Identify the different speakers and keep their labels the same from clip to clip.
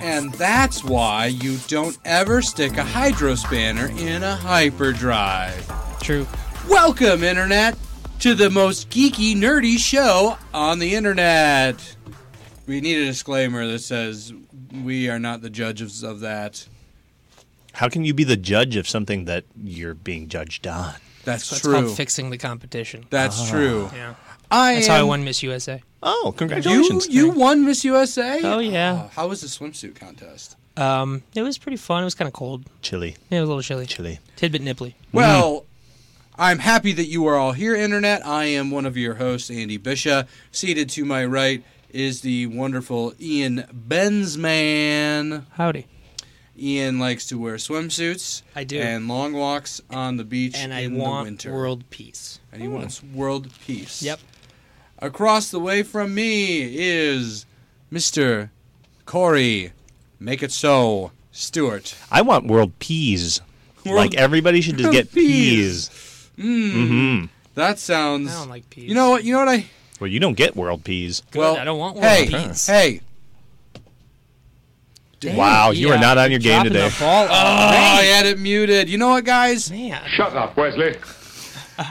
Speaker 1: And that's why you don't ever stick a hydro spanner in a hyperdrive.
Speaker 2: True.
Speaker 1: Welcome, Internet, to the most geeky, nerdy show on the Internet. We need a disclaimer that says we are not the judges of that.
Speaker 3: How can you be the judge of something that you're being judged on?
Speaker 1: That's
Speaker 2: That's
Speaker 1: true.
Speaker 2: called fixing the competition.
Speaker 1: That's true.
Speaker 2: Yeah.
Speaker 1: I
Speaker 2: That's how I
Speaker 1: am-
Speaker 2: won Miss USA.
Speaker 3: Oh,
Speaker 1: You,
Speaker 3: congratulations.
Speaker 1: you won Miss USA?
Speaker 2: Oh, yeah.
Speaker 1: Oh, how was the swimsuit contest?
Speaker 2: Um, it was pretty fun. It was kind of cold.
Speaker 3: Chili,
Speaker 2: Yeah, It was a little chilly.
Speaker 3: chili.
Speaker 2: Tidbit nipply.
Speaker 1: Mm-hmm. Well,
Speaker 2: Mm-hmm.
Speaker 1: I'm happy that you are all here, Internet. I am one of your hosts, Andy Bisha. Seated to my right is the wonderful Ian Benzman.
Speaker 2: Howdy.
Speaker 1: Ian likes to wear swimsuits.
Speaker 2: I do.
Speaker 1: And long walks on the beach in the winter.
Speaker 2: peace.
Speaker 1: and he wants world peace.
Speaker 2: Yep.
Speaker 1: Across the way from me is Mr. Corey. Make it so, Stewart.
Speaker 3: I want world peas.
Speaker 1: World-
Speaker 3: like everybody should just get
Speaker 1: peas.
Speaker 3: peas. Mm-hmm.
Speaker 1: That sounds.
Speaker 2: I don't like peas.
Speaker 1: You know what? You know what I.
Speaker 3: Well, you don't get world peas.
Speaker 2: Good. I don't want world
Speaker 1: hey,
Speaker 2: peace.
Speaker 1: Hey,
Speaker 2: Damn,
Speaker 3: Wow, you are
Speaker 2: yeah,
Speaker 3: not on your game
Speaker 2: dropping
Speaker 3: today.
Speaker 2: The ball.
Speaker 1: Oh, I had it muted. You know what, guys?
Speaker 2: man.
Speaker 4: Shut up, Wesley.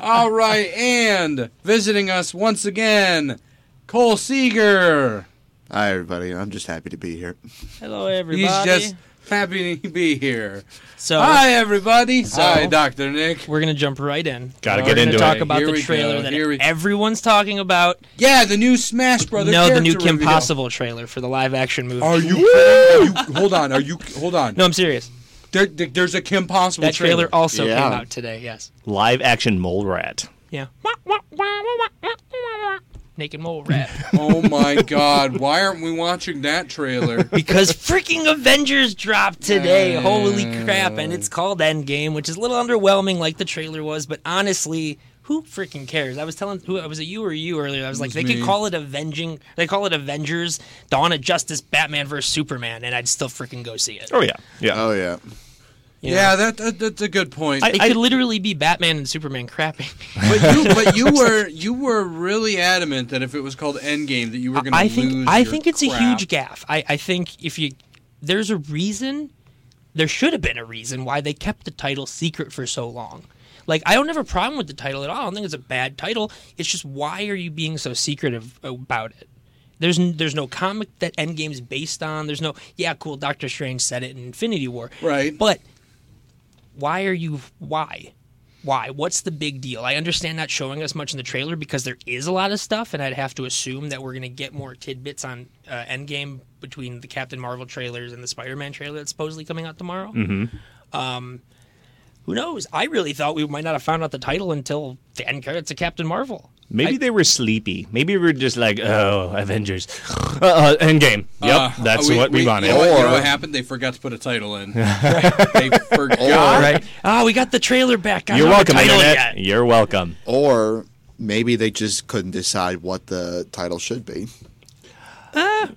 Speaker 1: All right, and visiting us once again, Cole Seeger.
Speaker 5: Hi, everybody. I'm just happy to be here.
Speaker 2: Hello, everybody.
Speaker 1: He's just happy to be here.
Speaker 2: so
Speaker 1: Hi, everybody. Hi, Dr. Nick.
Speaker 2: we're gonna jump right in.
Speaker 3: Gotta
Speaker 2: we're
Speaker 3: get
Speaker 2: gonna
Speaker 3: into
Speaker 2: talk
Speaker 3: it.
Speaker 2: about
Speaker 1: Here
Speaker 2: the
Speaker 1: we
Speaker 2: trailer
Speaker 1: go.
Speaker 2: that
Speaker 1: Here we-
Speaker 2: everyone's talking about.
Speaker 1: Yeah, the new Smash Brothers.
Speaker 2: no, the new
Speaker 1: character
Speaker 2: Kim
Speaker 1: reveal.
Speaker 2: Possible trailer for the live action movie.
Speaker 1: Are you, are you? Hold on. Are you? Hold on.
Speaker 2: No, I'm serious.
Speaker 1: There, there- there's a Kim Possible
Speaker 2: That trailer also
Speaker 5: Yeah.
Speaker 2: came out today. Yes.
Speaker 3: Live action mole rat.
Speaker 2: Yeah. Naked mole rat.
Speaker 1: Oh my God! Why aren't we watching that trailer?
Speaker 2: because freaking Avengers dropped today. Holy crap! And it's called Endgame, which is a little underwhelming, like the trailer was. But honestly, who freaking cares? I was telling who I was it you or you earlier. I was like,
Speaker 1: was
Speaker 2: they
Speaker 1: me.
Speaker 2: could call it Avenging. They call it Avengers: Dawn of Justice, Batman vs Superman, and I'd still freaking go see it.
Speaker 3: Oh, yeah. Yeah.
Speaker 5: Oh, yeah.
Speaker 2: you know?
Speaker 1: Yeah, that, that that's a good point.
Speaker 2: It
Speaker 3: I-
Speaker 2: could literally be Batman and Superman crapping.
Speaker 1: But you, but you were you were really adamant that if it was called Endgame, that you were going to
Speaker 2: I
Speaker 1: lose.
Speaker 2: think I
Speaker 1: your
Speaker 2: think it's a
Speaker 1: crap.
Speaker 2: huge gaff. I, I think if you there's a reason there should have been a reason why they kept the title secret for so long. Like I don't have a problem with the title at all. I don't think it's a bad title. It's just why are you being so secretive about it? There's n- there's no comic that Endgame's based on. There's no yeah cool Doctor Strange said it in Infinity War.
Speaker 1: Right.
Speaker 2: But why are you why? why? What's the big deal? I understand not showing us much in the trailer because there is a lot of stuff, and I'd have to assume that we're going to get more tidbits on uh, Endgame between the Captain Marvel trailers and the Spider Man trailer that's supposedly coming out tomorrow. Um,
Speaker 3: Mm-hmm.
Speaker 2: who knows? I really thought we might not have found out the title until the end credits of Captain Marvel.
Speaker 3: Maybe they were sleepy. Maybe we were just like, oh, Avengers. Uh, uh, Endgame.
Speaker 1: Uh,
Speaker 3: Yep, that's what we, wanted.
Speaker 1: You know, what- you know
Speaker 5: Or-
Speaker 1: what happened? They forgot to put a title in. they forgot.
Speaker 2: Right? Ah, we got the trailer back. I
Speaker 3: You're
Speaker 2: don't have a
Speaker 3: welcome,
Speaker 2: title
Speaker 3: Internet.
Speaker 2: yet.
Speaker 3: You're welcome.
Speaker 5: Or maybe they just couldn't decide what the title should be.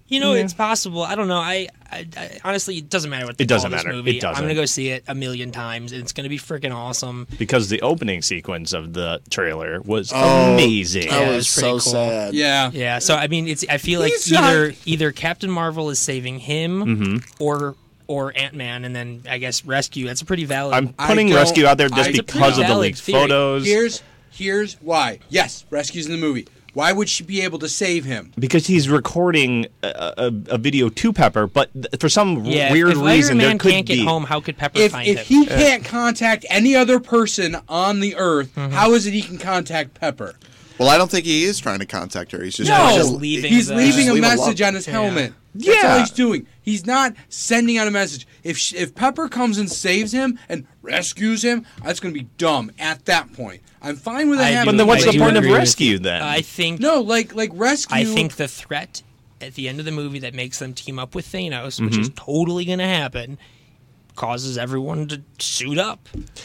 Speaker 2: You know, it's possible. I don't know. I, I, I honestly, it doesn't matter what they
Speaker 3: It doesn't
Speaker 2: call this
Speaker 3: matter.
Speaker 2: movie.
Speaker 3: It doesn't.
Speaker 2: I'm gonna go see it a million times, and it's gonna be freaking awesome.
Speaker 3: Because the opening sequence of the trailer was
Speaker 5: Oh,
Speaker 3: amazing.
Speaker 5: That
Speaker 2: it
Speaker 5: was
Speaker 2: was pretty
Speaker 5: so
Speaker 2: cool.
Speaker 5: sad.
Speaker 1: Yeah.
Speaker 2: Yeah, so I mean, it's I feel like
Speaker 1: He's
Speaker 2: either either Captain Marvel is saving him
Speaker 3: Mm-hmm.
Speaker 2: or or Ant Man, and then I guess rescue. That's a pretty valid.
Speaker 3: I'm
Speaker 1: I
Speaker 3: putting
Speaker 1: don't-
Speaker 3: Rescue out there
Speaker 1: I-
Speaker 3: just
Speaker 1: It's a
Speaker 3: because
Speaker 2: pretty
Speaker 3: of the
Speaker 2: valid
Speaker 3: leaked
Speaker 2: theory.
Speaker 3: photos.
Speaker 1: Here's here's why. Yes, rescues in the movie. Why would she be able to save him?
Speaker 3: because he's recording a, a, a video to Pepper, but th- for some w-
Speaker 2: yeah,
Speaker 3: weird
Speaker 2: if
Speaker 3: reason
Speaker 2: Iron Man
Speaker 3: there could
Speaker 2: can't
Speaker 3: be.
Speaker 2: get home. How could Pepper
Speaker 1: If,
Speaker 2: find
Speaker 1: if
Speaker 2: him?
Speaker 1: he can't contact any other person on the Earth,
Speaker 2: Mm-hmm.
Speaker 1: how is it he can contact Pepper?
Speaker 5: Well, I don't think he is trying to contact her. He's just,
Speaker 2: No.
Speaker 5: he's
Speaker 2: Just
Speaker 5: just
Speaker 2: leaving
Speaker 1: Oh, He's
Speaker 2: the-
Speaker 1: leaving
Speaker 5: Just
Speaker 1: a
Speaker 5: leave a
Speaker 1: message
Speaker 5: lump.
Speaker 1: on his helmet. That's
Speaker 3: Yeah.
Speaker 1: all he's doing. He's not sending out a message. If sh if Pepper comes and saves him and rescues him, that's going to be dumb at that point. I'm fine with that
Speaker 2: I do
Speaker 1: happening.
Speaker 3: But then what's
Speaker 2: I
Speaker 3: the
Speaker 2: do
Speaker 3: point of
Speaker 2: agree with
Speaker 3: Rescue then?
Speaker 2: I think
Speaker 1: No, like like rescue.
Speaker 2: I think the threat at the end of the movie that makes them team up with Thanos, which
Speaker 3: Mm-hmm.
Speaker 2: is totally going to happen, causes everyone to suit up.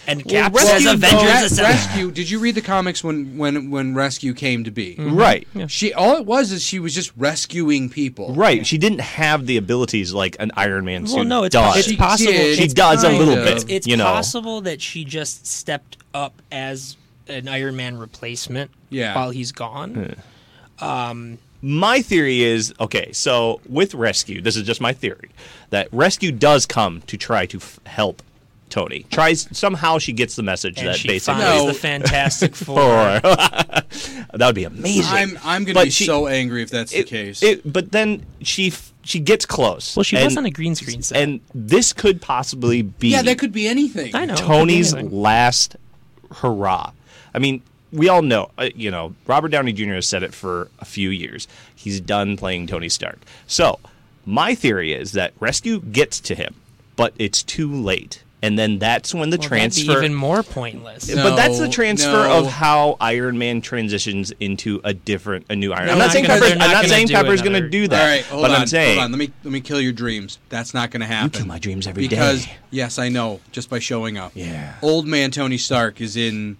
Speaker 2: And Cap says
Speaker 3: Rescue
Speaker 2: Avengers
Speaker 1: Re-
Speaker 2: Assemble.
Speaker 1: rescue. Did you read the comics when when when rescue came to be?
Speaker 2: Mm-hmm.
Speaker 3: right.
Speaker 1: She all it was is she was just rescuing people.
Speaker 3: Right. She didn't have the abilities like an Iron Man suit
Speaker 2: Well, no, it's,
Speaker 3: does.
Speaker 2: it's
Speaker 1: She
Speaker 2: possible.
Speaker 1: did.
Speaker 3: She
Speaker 2: it's
Speaker 3: does a
Speaker 2: kind
Speaker 3: little
Speaker 2: of-
Speaker 3: bit,
Speaker 2: It's, it's
Speaker 3: you know.
Speaker 2: possible that she just stepped up as an Iron Man replacement
Speaker 1: Yeah.
Speaker 2: while he's gone. Um,
Speaker 3: My theory is okay. So with rescue, this is just my theory that rescue does come to try to f- help Tony. Tries somehow she gets the message
Speaker 2: And
Speaker 3: that
Speaker 2: she
Speaker 3: basically Oh.
Speaker 2: finds
Speaker 1: No.
Speaker 2: the Fantastic Four.
Speaker 3: Four. that would be amazing.
Speaker 1: I'm I'm gonna
Speaker 3: But
Speaker 1: be
Speaker 3: she-
Speaker 1: so angry if that's the
Speaker 3: it-
Speaker 1: case.
Speaker 3: it- but then she f- she gets close.
Speaker 2: well, she was
Speaker 3: and-
Speaker 2: on a green screen set.
Speaker 3: and this could possibly be
Speaker 1: yeah, that could be anything.
Speaker 2: I know.
Speaker 3: Tony's
Speaker 2: It could be anything.
Speaker 3: last hurrah. I mean, we all know, uh, you know, Robert Downey Jr. has said it for a few years. He's done playing Tony Stark. So, my theory is that Rescue gets to him, but it's too late. And then that's when the
Speaker 2: Well, that'd be
Speaker 3: transfer.
Speaker 2: even more pointless.
Speaker 1: No.
Speaker 3: but that's the transfer
Speaker 1: no.
Speaker 3: of how Iron Man transitions into a different, a new Iron.
Speaker 2: No,
Speaker 3: I'm not saying
Speaker 1: because
Speaker 3: Pepper's,
Speaker 1: they're
Speaker 3: I'm
Speaker 2: not
Speaker 3: not
Speaker 2: gonna
Speaker 3: saying
Speaker 2: do
Speaker 3: Pepper's going to
Speaker 2: another-
Speaker 3: do
Speaker 1: All
Speaker 3: that.
Speaker 1: right, hold
Speaker 3: but
Speaker 1: on.
Speaker 3: I'm saying
Speaker 1: hold on. Let me let me kill your dreams. That's not gonna happen.
Speaker 3: kill my dreams every
Speaker 1: every day. because,
Speaker 3: day.
Speaker 1: yes, I know. Just by showing up.
Speaker 3: Yeah.
Speaker 1: Old man Tony Stark is in.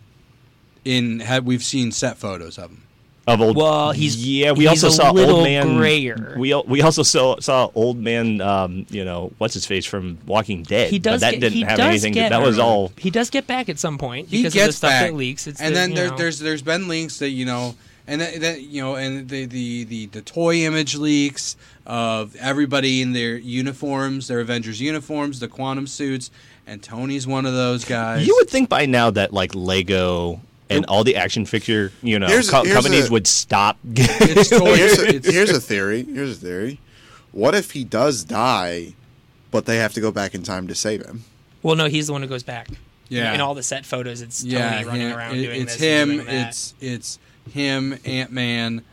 Speaker 1: In have we've seen set photos of him.
Speaker 3: of old.
Speaker 2: Well, he's-
Speaker 3: yeah. We
Speaker 2: he's
Speaker 3: also
Speaker 2: a
Speaker 3: saw
Speaker 2: little
Speaker 3: old man.
Speaker 2: grayer.
Speaker 3: We al- we also saw saw old man. Um, you know what's his face from Walking Dead.
Speaker 2: He does.
Speaker 3: But that
Speaker 2: get,
Speaker 3: didn't
Speaker 2: he
Speaker 3: have
Speaker 2: does
Speaker 3: anything.
Speaker 2: Get,
Speaker 3: to, that was all.
Speaker 2: He does get back at some point
Speaker 1: He
Speaker 2: because
Speaker 1: gets
Speaker 2: of the stuff
Speaker 1: back,
Speaker 2: that leaks. It's
Speaker 1: and
Speaker 2: the,
Speaker 1: then
Speaker 2: you
Speaker 1: there,
Speaker 2: know.
Speaker 1: there's there's been links that you know, and that, that you know, and the, the the the toy image leaks of everybody in their uniforms, their Avengers uniforms, the quantum suits, and Tony's one of those guys.
Speaker 3: You would think by now that like Lego and all the action figure you know
Speaker 5: Here's-
Speaker 3: co-
Speaker 5: here's
Speaker 3: companies
Speaker 5: a-
Speaker 3: would stop.
Speaker 1: it's toy.
Speaker 5: here's, a,
Speaker 1: it's,
Speaker 5: here's a theory. Here's a theory. What if he does die, but they have to go back in time to save him?
Speaker 2: well, no, he's the one who goes back.
Speaker 1: Yeah.
Speaker 2: In all the set photos, it's
Speaker 1: yeah,
Speaker 2: Tony running
Speaker 1: yeah,
Speaker 2: around
Speaker 1: it-
Speaker 2: doing
Speaker 1: it's
Speaker 2: this. and
Speaker 1: him.
Speaker 2: doing that.
Speaker 1: It's it's him, Ant Man,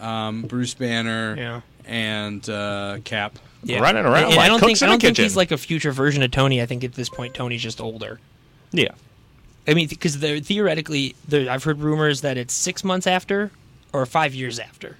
Speaker 1: um, Bruce Banner,
Speaker 2: Yeah.
Speaker 1: and uh, Cap.
Speaker 3: running around
Speaker 2: And- and I
Speaker 3: like
Speaker 2: don't
Speaker 3: cooks
Speaker 2: think I
Speaker 3: in a
Speaker 2: don't think he's
Speaker 3: kitchen.
Speaker 2: like a future version of Tony. I think at this point Tony's just older.
Speaker 3: yeah.
Speaker 2: I mean, because they're theoretically, there I've heard rumors that it's six months after or five years after.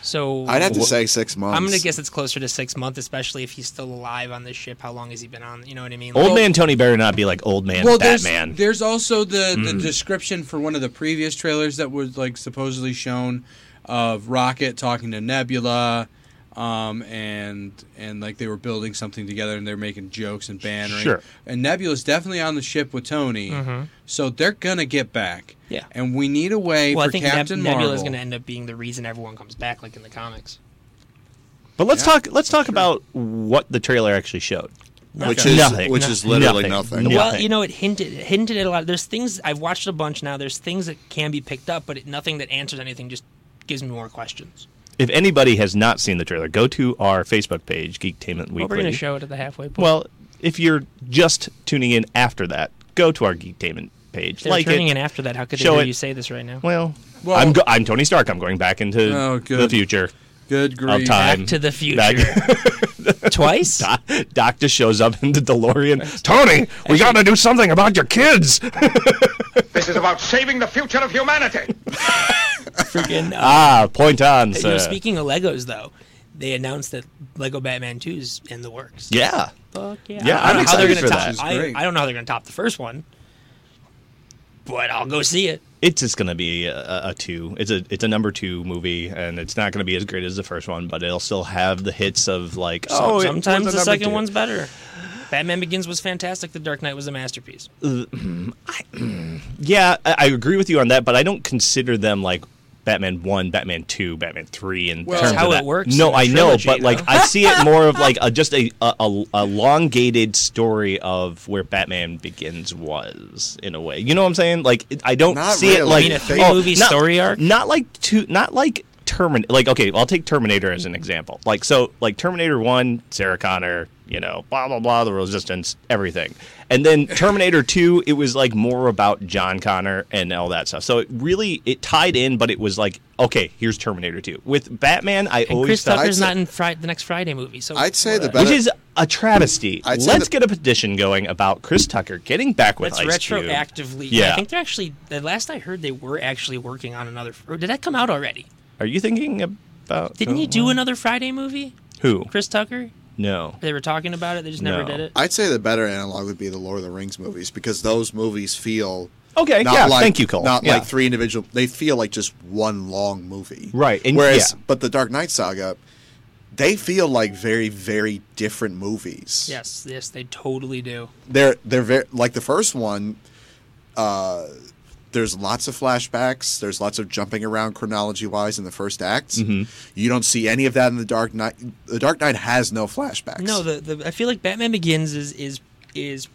Speaker 2: So
Speaker 5: I'd have to
Speaker 3: Wha-
Speaker 5: say six months.
Speaker 2: I'm gonna guess it's closer to six months, especially if he's still alive on this ship. How long has he been on? You know what I mean?
Speaker 3: Old
Speaker 2: Like-
Speaker 3: man Tony better not be like old man
Speaker 1: Well, there's,
Speaker 3: Batman.
Speaker 1: there's also the, the description for one of the previous trailers that was like supposedly shown of Rocket talking to Nebula, um, and and like they were building something together and they're making jokes and bantering.
Speaker 3: Sure.
Speaker 1: And Nebula's definitely on the ship with Tony,
Speaker 2: Mm-hmm.
Speaker 1: so they're gonna get back.
Speaker 2: Yeah.
Speaker 1: And we need a way
Speaker 2: Well, I
Speaker 1: for
Speaker 2: think
Speaker 1: Captain
Speaker 2: Neb- Nebula
Speaker 1: Marvel.
Speaker 2: is going to end up being the reason everyone comes back, like in the comics.
Speaker 3: but let's
Speaker 1: Yeah,
Speaker 3: talk. Let's talk about what the trailer actually showed.
Speaker 5: which
Speaker 1: Okay.
Speaker 5: is
Speaker 3: Nothing.
Speaker 5: which is literally
Speaker 3: Nothing.
Speaker 5: nothing.
Speaker 3: Yeah.
Speaker 2: Well, you know, it hinted it hinted at a lot. There's things I've watched a bunch now. There's things that can be picked up, but it, nothing that answers anything. Just gives me more questions.
Speaker 3: If anybody has not seen the trailer, go to our Facebook page, Geektainment Weekly.
Speaker 2: Well, we're going to show it at the halfway point.
Speaker 3: Well, if you're just tuning in after that, go to our Geektainment page.
Speaker 2: they're
Speaker 3: like
Speaker 2: turning
Speaker 3: it.
Speaker 2: in after that. How could they
Speaker 3: Show
Speaker 2: hear
Speaker 3: it.
Speaker 2: you say this right now?
Speaker 3: Well,
Speaker 1: Well-
Speaker 3: I'm, go- I'm Tony Stark. I'm going back into
Speaker 1: Oh, good.
Speaker 3: the future
Speaker 1: Good
Speaker 3: of
Speaker 1: grief!
Speaker 3: time.
Speaker 2: Back to the future.
Speaker 3: Back-
Speaker 2: Twice?
Speaker 3: Doctor shows up in the DeLorean. Tony, we got to do something about your kids.
Speaker 4: This is about saving the future of humanity.
Speaker 2: Freaking. uh,
Speaker 3: ah, point on,
Speaker 2: you know,
Speaker 3: sir.
Speaker 2: speaking of Legos, though, they announced that Lego Batman 2 is in the works.
Speaker 3: yeah.
Speaker 2: Fuck yeah.
Speaker 3: Yeah,
Speaker 2: I don't
Speaker 3: I'm
Speaker 2: know how they're
Speaker 3: excited
Speaker 2: gonna
Speaker 3: for
Speaker 2: top.
Speaker 3: that.
Speaker 1: Which is
Speaker 2: I,
Speaker 1: great.
Speaker 2: I don't know how they're going to top the first one, but I'll go see it.
Speaker 3: It's just gonna be a, a- a two. It's a it's a number two movie, and it's not gonna be as great as the first one, but it'll still have the hits of like. oh,
Speaker 2: So
Speaker 3: it
Speaker 2: sometimes
Speaker 3: was
Speaker 2: the
Speaker 3: a number
Speaker 2: second
Speaker 3: two.
Speaker 2: one's better. Batman Begins was fantastic. The Dark Knight was a masterpiece.
Speaker 3: Yeah, I, I agree with you on that, but I don't consider them like Batman One, Batman Two, Batman Three, and
Speaker 1: Well-
Speaker 3: terms
Speaker 1: That's how
Speaker 3: of
Speaker 2: it
Speaker 3: that.
Speaker 2: works
Speaker 3: No,
Speaker 2: in a
Speaker 3: I know,
Speaker 2: trilogy,
Speaker 3: but like
Speaker 2: though.
Speaker 3: I see it more of like a, just a, a, a elongated story of where Batman Begins was in a way. You know what I'm saying? Like it- I don't
Speaker 5: Not
Speaker 3: see it
Speaker 5: really.
Speaker 3: like oh,
Speaker 5: I mean, a
Speaker 2: three-movie
Speaker 3: not-
Speaker 2: story arc?
Speaker 3: Not like two. Not like. Terminator, like okay, I'll take Terminator as an example. Like so, like Terminator One, Sarah Connor, you know, blah blah blah, the Resistance, everything, and then Terminator Two, it was like more about John Connor and all that stuff. So it really it tied in, but it was like okay, here's Terminator Two. With Batman, I
Speaker 2: And
Speaker 3: always
Speaker 2: Chris
Speaker 3: thought,
Speaker 5: I'd
Speaker 2: Tucker's
Speaker 5: say-
Speaker 2: not in Fri- the next Friday movie. So
Speaker 5: I'd say the
Speaker 3: which
Speaker 5: better.
Speaker 3: is a travesty.
Speaker 5: I'd say
Speaker 3: Let's
Speaker 5: that-
Speaker 3: get a petition going about Chris Tucker getting back with
Speaker 2: That's
Speaker 3: Ice Cube.
Speaker 2: retroactively.
Speaker 3: Yeah.
Speaker 2: I think they're actually. The last I heard, they were actually working on another. Or did that come out already?
Speaker 3: Are you thinking about
Speaker 2: Didn't he
Speaker 5: Oh.
Speaker 2: do another Friday movie?
Speaker 3: who?
Speaker 2: Chris Tucker?
Speaker 3: No.
Speaker 2: They were talking about it. They just never
Speaker 3: No.
Speaker 2: did it.
Speaker 5: I'd say the better analog would be the Lord of the Rings movies because those movies feel
Speaker 3: Okay,
Speaker 5: not
Speaker 3: yeah,
Speaker 5: like,
Speaker 3: thank you, Cole.
Speaker 5: Not
Speaker 3: Yeah.
Speaker 5: like three individual. They feel like just one long movie,
Speaker 3: Right, and-
Speaker 5: Whereas,
Speaker 3: yeah.
Speaker 5: but the Dark Knight saga, they feel like very, very different movies.
Speaker 2: Yes, yes, they totally do.
Speaker 5: they're they're very like the first one. Uh, there's lots of flashbacks. There's lots of jumping around chronology wise in the first act.
Speaker 3: Mm-hmm.
Speaker 5: You don't see any of that in the Dark Knight. The Dark Knight has no flashbacks.
Speaker 2: No, the, the I feel like Batman Begins is is is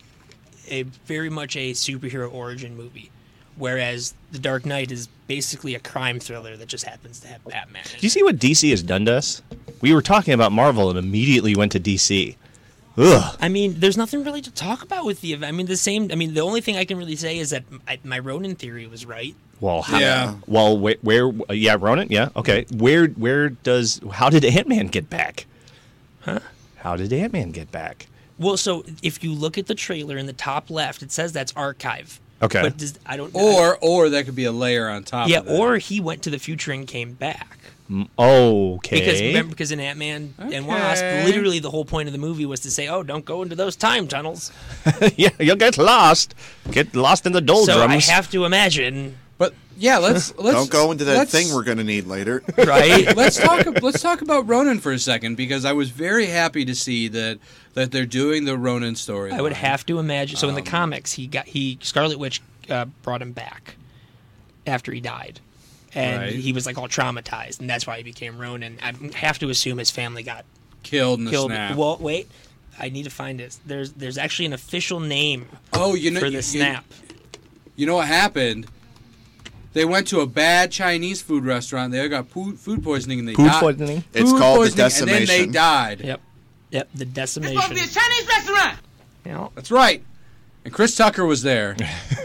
Speaker 2: a very much a superhero origin movie, whereas The Dark Knight is basically a crime thriller that just happens to have Batman. in
Speaker 3: Do you see what DC has done to us? We were talking about Marvel and immediately went to DC. Ugh.
Speaker 2: I mean, there's nothing really to talk about with the event. I mean, the same. I mean, the only thing I can really say is that I, my Ronin theory was right.
Speaker 3: Well, how,
Speaker 1: Yeah.
Speaker 3: Well, where, where? Yeah, Ronan. Yeah. Okay. Where? Where does? How did Ant Man get back? Huh? How did Ant Man get back?
Speaker 2: Well, so if you look at the trailer in the top left, it says that's archive.
Speaker 3: Okay.
Speaker 2: But does, I don't.
Speaker 1: Or or that could be a layer on top.
Speaker 2: yeah,
Speaker 1: of that.
Speaker 2: or he went to the future and came back.
Speaker 3: Okay.
Speaker 2: Because remember, because in Ant Man and Wasp,
Speaker 1: Okay.
Speaker 2: literally the whole point of the movie was to say, "Oh, don't go into those time tunnels."
Speaker 3: yeah, you'll get lost. Get lost in the
Speaker 1: Oh,
Speaker 3: doldrums.
Speaker 2: so I have to imagine,
Speaker 1: But yeah, let's let's
Speaker 5: don't go into that
Speaker 1: let's-
Speaker 5: thing we're going to need later.
Speaker 2: right?
Speaker 1: let's talk. Let's talk about Ronan for a second because I was very happy to see that that they're doing the Ronan story.
Speaker 2: I would have to imagine. So in
Speaker 1: Um,
Speaker 2: the comics, he got he Scarlet Witch uh, brought him back after he died, and
Speaker 1: Right.
Speaker 2: he was like all traumatized, and that's why he became Ronin. I have to assume his family got
Speaker 1: killed in the
Speaker 2: killed.
Speaker 1: snap.
Speaker 2: Well, wait, I need to find it. There's there's actually an official name
Speaker 1: oh, you know
Speaker 2: for the
Speaker 1: you-
Speaker 2: snap.
Speaker 1: You know what happened? They went to a bad Chinese food restaurant. They got food, food poisoning and they
Speaker 3: Food
Speaker 1: died.
Speaker 3: poisoning?
Speaker 5: It's called the
Speaker 1: And then they
Speaker 5: decimation.
Speaker 1: died.
Speaker 2: Yep, yep, the decimation.
Speaker 6: supposed to be a Chinese restaurant.
Speaker 2: Yeah.
Speaker 1: That's right. And Chris Tucker was there.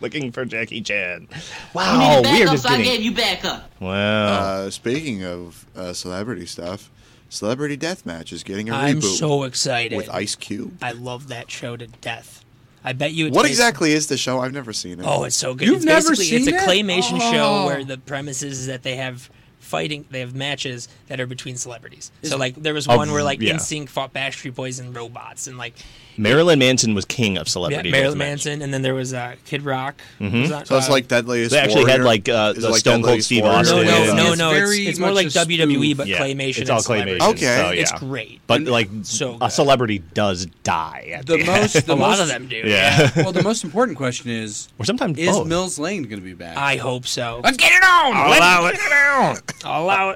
Speaker 3: looking for Jackie Chan.
Speaker 6: You
Speaker 5: Oh,
Speaker 6: need
Speaker 3: Wow,
Speaker 6: to back
Speaker 3: we are
Speaker 6: up,
Speaker 3: just
Speaker 6: so I gave
Speaker 3: getting.
Speaker 6: you back up.
Speaker 3: Wow.
Speaker 5: Uh, speaking of uh, celebrity stuff, Celebrity Deathmatch is getting a
Speaker 2: I'm
Speaker 5: reboot
Speaker 2: so excited.
Speaker 5: with Ice Cube.
Speaker 2: I love that show to death. I bet you. It's
Speaker 5: What
Speaker 2: based-
Speaker 5: exactly is the show? I've never seen it.
Speaker 2: Oh, it's so good.
Speaker 1: You've
Speaker 2: it's
Speaker 1: never
Speaker 2: basically,
Speaker 1: seen
Speaker 2: It's
Speaker 1: it?
Speaker 2: a claymation
Speaker 1: Oh.
Speaker 2: show where the premise is that they have fighting, they have matches that are between celebrities. So like there was
Speaker 3: Of-
Speaker 2: one where like
Speaker 3: yeah.
Speaker 2: NSYNC fought Backstreet Boys and robots, and like
Speaker 3: Marilyn Manson was king of
Speaker 2: yeah,
Speaker 3: celebrity.
Speaker 2: Marilyn
Speaker 3: deathmatch.
Speaker 2: Manson, and then there was uh, Kid Rock. Was that-
Speaker 5: so it's
Speaker 2: uh,
Speaker 5: like Deadliest.
Speaker 3: They actually had,
Speaker 5: Warrior?
Speaker 3: like, uh,
Speaker 5: Is it
Speaker 3: the Stone
Speaker 5: Deadliest
Speaker 3: Cold Steve
Speaker 5: Warrior?
Speaker 3: Austin.
Speaker 2: no, no,
Speaker 1: Yeah.
Speaker 2: no,
Speaker 1: It's
Speaker 2: no. It's,
Speaker 1: very
Speaker 2: it's more
Speaker 1: much
Speaker 2: like
Speaker 1: a
Speaker 2: WWE,
Speaker 1: spoof.
Speaker 2: but
Speaker 3: Yeah,
Speaker 2: claymation.
Speaker 3: It's all
Speaker 2: and celebrity.
Speaker 3: claymation.
Speaker 5: Okay.
Speaker 3: so, yeah.
Speaker 2: It's great.
Speaker 3: But like,
Speaker 2: so
Speaker 3: a
Speaker 2: good.
Speaker 3: celebrity does die. At
Speaker 1: The
Speaker 3: the end.
Speaker 1: most, the
Speaker 2: A lot
Speaker 1: most-
Speaker 2: of them do.
Speaker 3: Yeah.
Speaker 1: Well, the most important question is:
Speaker 3: or sometimes
Speaker 1: Is
Speaker 3: both.
Speaker 1: Mills Lane going to be back?
Speaker 2: I hope so.
Speaker 1: Let's get it on.
Speaker 3: I'll allow it.
Speaker 2: I'll allow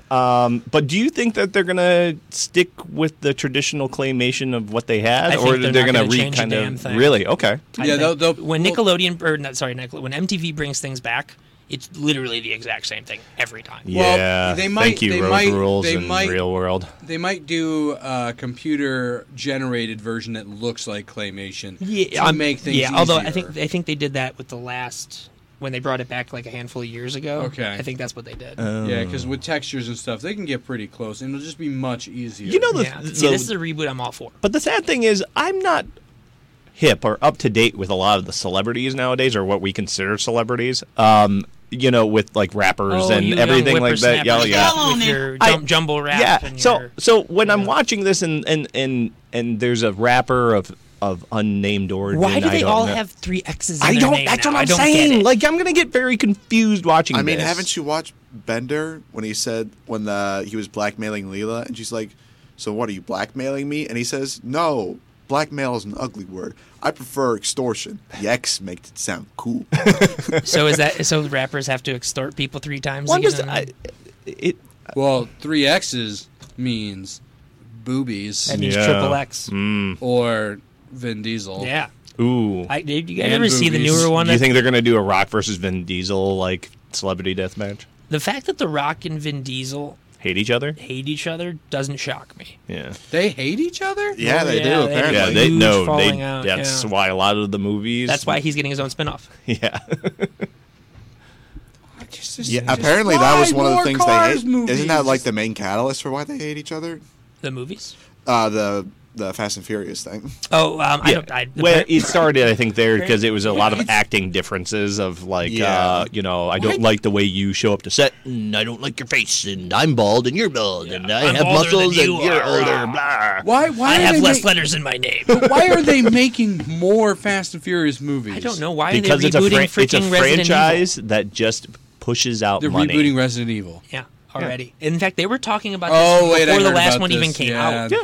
Speaker 2: it.
Speaker 3: But do you think that they're gonna stick with the traditional claymation of what they had,
Speaker 2: I think
Speaker 3: or
Speaker 2: they're
Speaker 3: they're
Speaker 2: not
Speaker 3: gonna,
Speaker 2: gonna
Speaker 3: re
Speaker 2: change a
Speaker 3: kind
Speaker 2: damn
Speaker 3: of
Speaker 2: thing.
Speaker 3: really? Okay,
Speaker 2: I
Speaker 1: Yeah,
Speaker 2: think.
Speaker 1: they'll- they'll-
Speaker 2: when
Speaker 1: well-
Speaker 2: Nickelodeon or not sorry, Nickel, when MTV brings things back, it's literally the exact same thing every time.
Speaker 1: Well,
Speaker 3: yeah.
Speaker 1: they might-
Speaker 3: Thank you,
Speaker 1: they
Speaker 3: Road
Speaker 1: might-
Speaker 3: Rules
Speaker 1: they
Speaker 3: and
Speaker 1: might-
Speaker 3: Real World.
Speaker 1: They might do a computer-generated version that looks like claymation to
Speaker 2: I'm-
Speaker 1: make things.
Speaker 2: Yeah, although I
Speaker 1: easier.
Speaker 2: think I think they did that with the last when they brought it back like a handful of years ago.
Speaker 1: Okay. Uh,
Speaker 2: I think that's what they did.
Speaker 1: yeah, because with textures and stuff, they can get pretty close, and it'll just be much easier.
Speaker 3: You know the,
Speaker 2: yeah.
Speaker 3: the
Speaker 2: See, this is a reboot I'm all for.
Speaker 3: But the sad thing is, I'm not hip or up to date with a lot of the celebrities nowadays, or what we consider celebrities. Um, you know, with like
Speaker 2: Oh,
Speaker 3: rappers and everything like that. Yeah, yeah.
Speaker 6: Come on
Speaker 2: With
Speaker 6: in.
Speaker 2: your
Speaker 3: I-
Speaker 2: jum- jumble rap.
Speaker 3: yeah.
Speaker 2: And
Speaker 3: So
Speaker 2: your,
Speaker 3: so when I'm watching this and and and and there's a rapper of of unnamed origin.
Speaker 2: why do
Speaker 3: I
Speaker 2: they
Speaker 3: don't
Speaker 2: all
Speaker 3: know.
Speaker 2: have three X's? In
Speaker 3: I
Speaker 2: their
Speaker 3: don't.
Speaker 2: name
Speaker 3: That's
Speaker 2: now?
Speaker 3: what
Speaker 2: I
Speaker 3: I'm
Speaker 2: don't Get
Speaker 3: saying.
Speaker 2: it.
Speaker 3: Like I'm gonna get very confused watching.
Speaker 5: I mean,
Speaker 3: this.
Speaker 5: haven't you watched Bender when he said when the he was blackmailing Leela and she's like, "So what are you blackmailing me?" And he says, "No, blackmail is an ugly word. I prefer extortion. The X makes it sound cool."
Speaker 2: so is that so? Rappers have to extort people three times.
Speaker 3: Well,
Speaker 2: to get
Speaker 3: I'm just,
Speaker 2: in?
Speaker 3: I, it,
Speaker 1: Well, three X's means boobies
Speaker 2: that means
Speaker 3: Yeah.
Speaker 2: triple X.
Speaker 1: Mm. or Vin Diesel.
Speaker 2: Yeah.
Speaker 3: ooh.
Speaker 2: I did. You guys
Speaker 1: And
Speaker 2: ever see the
Speaker 1: movies.
Speaker 2: newer one?
Speaker 3: do you think they're gonna do a Rock versus Vin Diesel like celebrity death match?
Speaker 2: the fact that The Rock and Vin Diesel
Speaker 3: Hate each other?
Speaker 2: hate each other doesn't shock me.
Speaker 3: Yeah.
Speaker 1: They hate each other?
Speaker 5: yeah, they
Speaker 2: Yeah, they
Speaker 5: do
Speaker 2: do.
Speaker 5: apparently.
Speaker 3: Yeah,
Speaker 2: Like
Speaker 3: they
Speaker 2: huge
Speaker 3: no,
Speaker 2: falling
Speaker 3: they.
Speaker 2: out,
Speaker 3: that's
Speaker 2: yeah.
Speaker 3: why a lot of the movies.
Speaker 2: That's why he's getting his own spinoff.
Speaker 3: Yeah,
Speaker 1: Just- just-
Speaker 5: Yeah,
Speaker 1: just
Speaker 5: apparently that was
Speaker 1: why
Speaker 5: one of the
Speaker 1: more
Speaker 5: things
Speaker 1: Cars
Speaker 5: they hate. Isn't that
Speaker 1: movies?
Speaker 5: like the main catalyst for why they hate each other?
Speaker 2: The movies.
Speaker 5: Uh, the the Fast and Furious thing.
Speaker 2: Oh, um, I don't. I,
Speaker 3: well, it started, I think, there because it was a lot of
Speaker 1: It's-
Speaker 3: acting differences of like,
Speaker 5: Yeah.
Speaker 3: uh, you know, I don't like the way you show up to set, and I don't like your face, and I'm bald, and you're bald, and I
Speaker 2: I'm
Speaker 3: have
Speaker 2: older than
Speaker 3: muscles, and
Speaker 2: you
Speaker 3: you're
Speaker 2: are,
Speaker 3: older,
Speaker 2: ah.
Speaker 3: blah.
Speaker 1: Why why
Speaker 2: I
Speaker 1: are
Speaker 2: have
Speaker 1: they
Speaker 2: less
Speaker 1: ma-
Speaker 2: letters in my name.
Speaker 1: why are they making more Fast and Furious movies?
Speaker 2: I don't know why
Speaker 3: Because
Speaker 2: are
Speaker 3: it's
Speaker 2: they
Speaker 3: a,
Speaker 2: rebooting
Speaker 3: fran-
Speaker 2: freaking
Speaker 3: it's a
Speaker 2: Resident Evil.
Speaker 3: franchise that just pushes out
Speaker 1: They're
Speaker 3: money.
Speaker 1: rebooting Resident Evil.
Speaker 2: Yeah, already. In fact, they were talking about this
Speaker 1: Oh, wait, I
Speaker 2: before the
Speaker 1: heard
Speaker 2: last
Speaker 1: about
Speaker 2: one even
Speaker 1: this,
Speaker 2: came
Speaker 1: yeah.
Speaker 2: out.
Speaker 1: Yeah.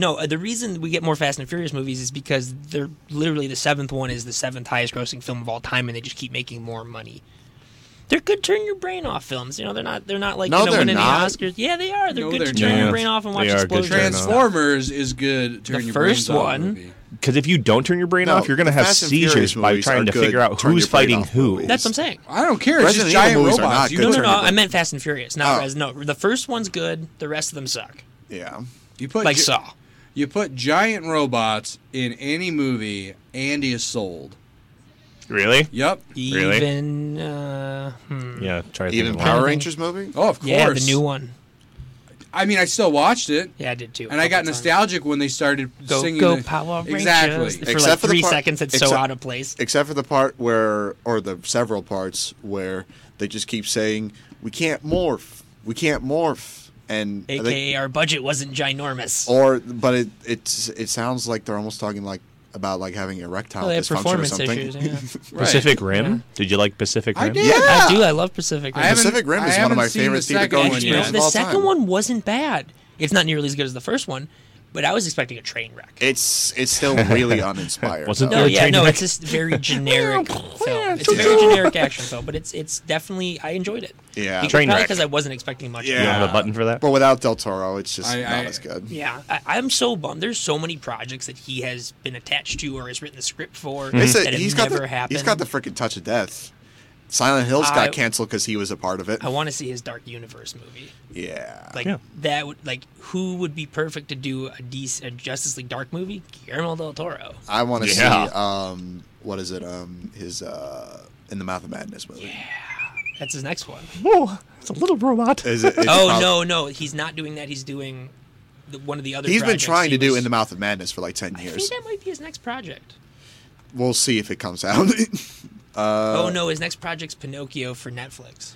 Speaker 2: No, uh, the reason we get more Fast and Furious movies is because they're literally the seventh one is the seventh highest grossing film of all time, and they just keep making more money. They're good turn your brain off films. You know, they're not. They're not like
Speaker 5: No,
Speaker 2: you know,
Speaker 5: they're
Speaker 2: winning
Speaker 5: not.
Speaker 2: the Oscars. Yeah, they are. They're
Speaker 1: No,
Speaker 2: good
Speaker 1: they're
Speaker 2: to turn your
Speaker 1: not.
Speaker 2: brain off and
Speaker 3: They
Speaker 2: watch
Speaker 3: are good
Speaker 2: explosions.
Speaker 3: turn off.
Speaker 1: Transformers is good. Turn
Speaker 2: The
Speaker 1: your
Speaker 2: first
Speaker 1: brains off
Speaker 2: one-
Speaker 1: movie.
Speaker 3: Because if you don't turn your brain
Speaker 5: No,
Speaker 3: off, you're going to
Speaker 5: the
Speaker 3: have
Speaker 5: Fast and
Speaker 3: seizures
Speaker 5: Furious
Speaker 3: by
Speaker 5: movies
Speaker 3: trying
Speaker 5: are
Speaker 3: to figure
Speaker 5: good
Speaker 3: out
Speaker 5: turn
Speaker 3: who's
Speaker 5: your brain
Speaker 3: fighting
Speaker 5: off
Speaker 3: who.
Speaker 5: movies.
Speaker 2: That's what I'm saying.
Speaker 1: I don't care. It's
Speaker 5: Resident
Speaker 1: just giant
Speaker 5: Evil movies are
Speaker 1: robots.
Speaker 5: not
Speaker 1: You
Speaker 5: good.
Speaker 2: No,
Speaker 5: Good
Speaker 1: don't
Speaker 2: no,
Speaker 5: turn
Speaker 2: no.
Speaker 5: your
Speaker 2: I
Speaker 5: brain.
Speaker 2: meant Fast and Furious, not
Speaker 5: Oh.
Speaker 2: Res. No, the first one's good. The rest of them suck.
Speaker 5: Yeah.
Speaker 1: You put
Speaker 2: Like
Speaker 1: gi-
Speaker 2: Saw.
Speaker 1: You put giant robots in any movie, Andy is sold.
Speaker 3: Really?
Speaker 1: Yep.
Speaker 3: Really?
Speaker 2: Even uh, hmm.
Speaker 3: Yeah. Try to
Speaker 5: Even
Speaker 3: think of
Speaker 5: Power
Speaker 3: one.
Speaker 5: Rangers movie?
Speaker 1: Oh, of course.
Speaker 2: yeah, the new one.
Speaker 1: I mean, I still watched it,
Speaker 2: Yeah, I did too.
Speaker 1: and I got
Speaker 2: Couple times.
Speaker 1: nostalgic when they started
Speaker 2: Go
Speaker 1: singing.
Speaker 2: go
Speaker 1: the-
Speaker 2: Power Rangers for
Speaker 1: Exactly.
Speaker 2: like
Speaker 5: Except for the
Speaker 2: three
Speaker 5: part-
Speaker 2: seconds. It's so
Speaker 5: except-
Speaker 2: out of place.
Speaker 5: Except for the part where, or the several parts where they just keep saying, we can't morph. We can't morph. And I think-
Speaker 2: AKA our budget wasn't ginormous.
Speaker 5: or but it it's it sounds like they're almost talking like about like having erectile
Speaker 2: Well, Oh, they have
Speaker 5: dysfunction or
Speaker 2: performance
Speaker 5: something.
Speaker 2: issues. Yeah.
Speaker 1: Right.
Speaker 3: Pacific Rim. Did you like Pacific Rim?
Speaker 1: I did.
Speaker 5: Yeah.
Speaker 2: I do. I love Pacific
Speaker 1: I
Speaker 2: Rim.
Speaker 1: haven't-
Speaker 5: Pacific Rim
Speaker 1: I
Speaker 5: is one
Speaker 1: haven't
Speaker 5: of my
Speaker 1: seen
Speaker 5: favorite
Speaker 1: the
Speaker 5: theater
Speaker 1: second
Speaker 5: going
Speaker 1: one
Speaker 2: You know,
Speaker 5: experiences
Speaker 1: yet.
Speaker 5: of
Speaker 2: the
Speaker 5: all
Speaker 2: second
Speaker 5: time.
Speaker 2: one wasn't bad. It's not nearly as good as the first one, but I was expecting a train wreck.
Speaker 5: It's it's still really uninspired.
Speaker 3: Wasn't
Speaker 5: though.
Speaker 2: no,
Speaker 3: a
Speaker 2: yeah,
Speaker 3: train
Speaker 2: no,
Speaker 3: wreck.
Speaker 2: it's just very generic film. It's a very generic action film, but it's it's definitely I enjoyed it.
Speaker 5: Yeah.
Speaker 2: Because-
Speaker 3: Train
Speaker 2: probably
Speaker 3: wreck.
Speaker 2: because I wasn't expecting much.
Speaker 3: You don't
Speaker 5: Yeah.
Speaker 3: have a button for that?
Speaker 5: But without Del Toro, it's just
Speaker 1: I-
Speaker 5: not
Speaker 1: I-
Speaker 5: as good.
Speaker 2: Yeah, I, I'm so bummed. There's so many projects that he has been attached to or has written the script for
Speaker 5: They
Speaker 3: Mm-hmm.
Speaker 5: said
Speaker 2: that have
Speaker 5: he's got
Speaker 2: never
Speaker 5: the
Speaker 2: happened.
Speaker 5: he's got the freaking touch of death. Silent Hills
Speaker 2: I-
Speaker 5: got canceled because he was a part of it.
Speaker 2: I want to see his Dark Universe movie.
Speaker 5: yeah,
Speaker 2: Like
Speaker 3: Yeah.
Speaker 2: that would like who would be perfect to do a DC, a Justice League Dark movie? Guillermo del Toro.
Speaker 5: I want to
Speaker 3: Yeah.
Speaker 5: see um what is it um his uh in the Mouth of Madness movie.
Speaker 2: That's his next one.
Speaker 3: Oh, it's a little robot.
Speaker 5: Is it? it's
Speaker 2: oh
Speaker 5: prob-
Speaker 2: no, no, he's not doing that. He's doing the, one of the other.
Speaker 5: He's been
Speaker 2: projects
Speaker 5: trying
Speaker 2: he
Speaker 5: to do
Speaker 2: was-
Speaker 5: in the Mouth of Madness for like ten
Speaker 2: I think
Speaker 5: years.
Speaker 2: that might be his next project.
Speaker 5: We'll see if it comes out. Uh,
Speaker 2: oh no, his next project's Pinocchio for Netflix.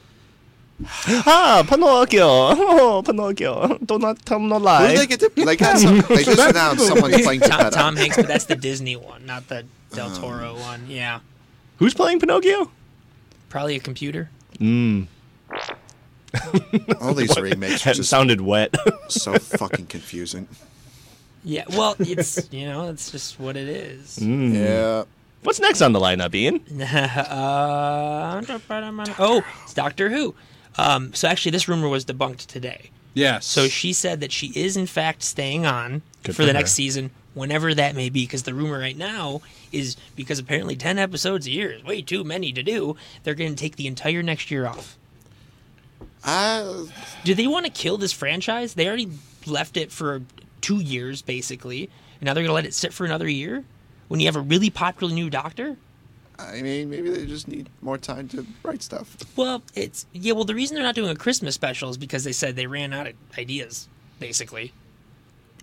Speaker 3: Ah, Pinocchio. Oh, Pinocchio. Do not tell no
Speaker 5: Where did
Speaker 3: lie.
Speaker 5: they get the, like that's some, they just announced someone's playing
Speaker 2: Tom,
Speaker 5: Geppetto.
Speaker 2: Tom Hanks, but that's the Disney one, not the Del
Speaker 5: Um.
Speaker 2: Toro one. Yeah,
Speaker 3: Who's playing Pinocchio?
Speaker 2: probably a computer.
Speaker 5: All these remakes are
Speaker 3: It
Speaker 5: just
Speaker 3: sounded wet.
Speaker 5: so fucking confusing.
Speaker 2: Yeah, well, it's you know, it's just what it is.
Speaker 3: Hmm.
Speaker 5: Yeah.
Speaker 3: What's next on the lineup, Ian?
Speaker 2: uh, oh, it's Doctor Who. Um, so actually, this rumor was debunked today.
Speaker 1: Yes.
Speaker 2: So she said that she is in fact staying on
Speaker 3: Good
Speaker 2: for the
Speaker 3: for
Speaker 2: next
Speaker 3: her.
Speaker 2: season, whenever that may be. Because the rumor right now is because apparently ten episodes a year is way too many to do. They're going to take the entire next year off.
Speaker 5: I,
Speaker 2: Do they want to kill this franchise? They already left it for two years basically, and now they're going to let it sit for another year when you have a really popular new Doctor.
Speaker 5: I mean, maybe they just need more time to write stuff.
Speaker 2: Well, it's yeah. Well, the reason they're not doing a Christmas special is because they said they ran out of ideas, basically.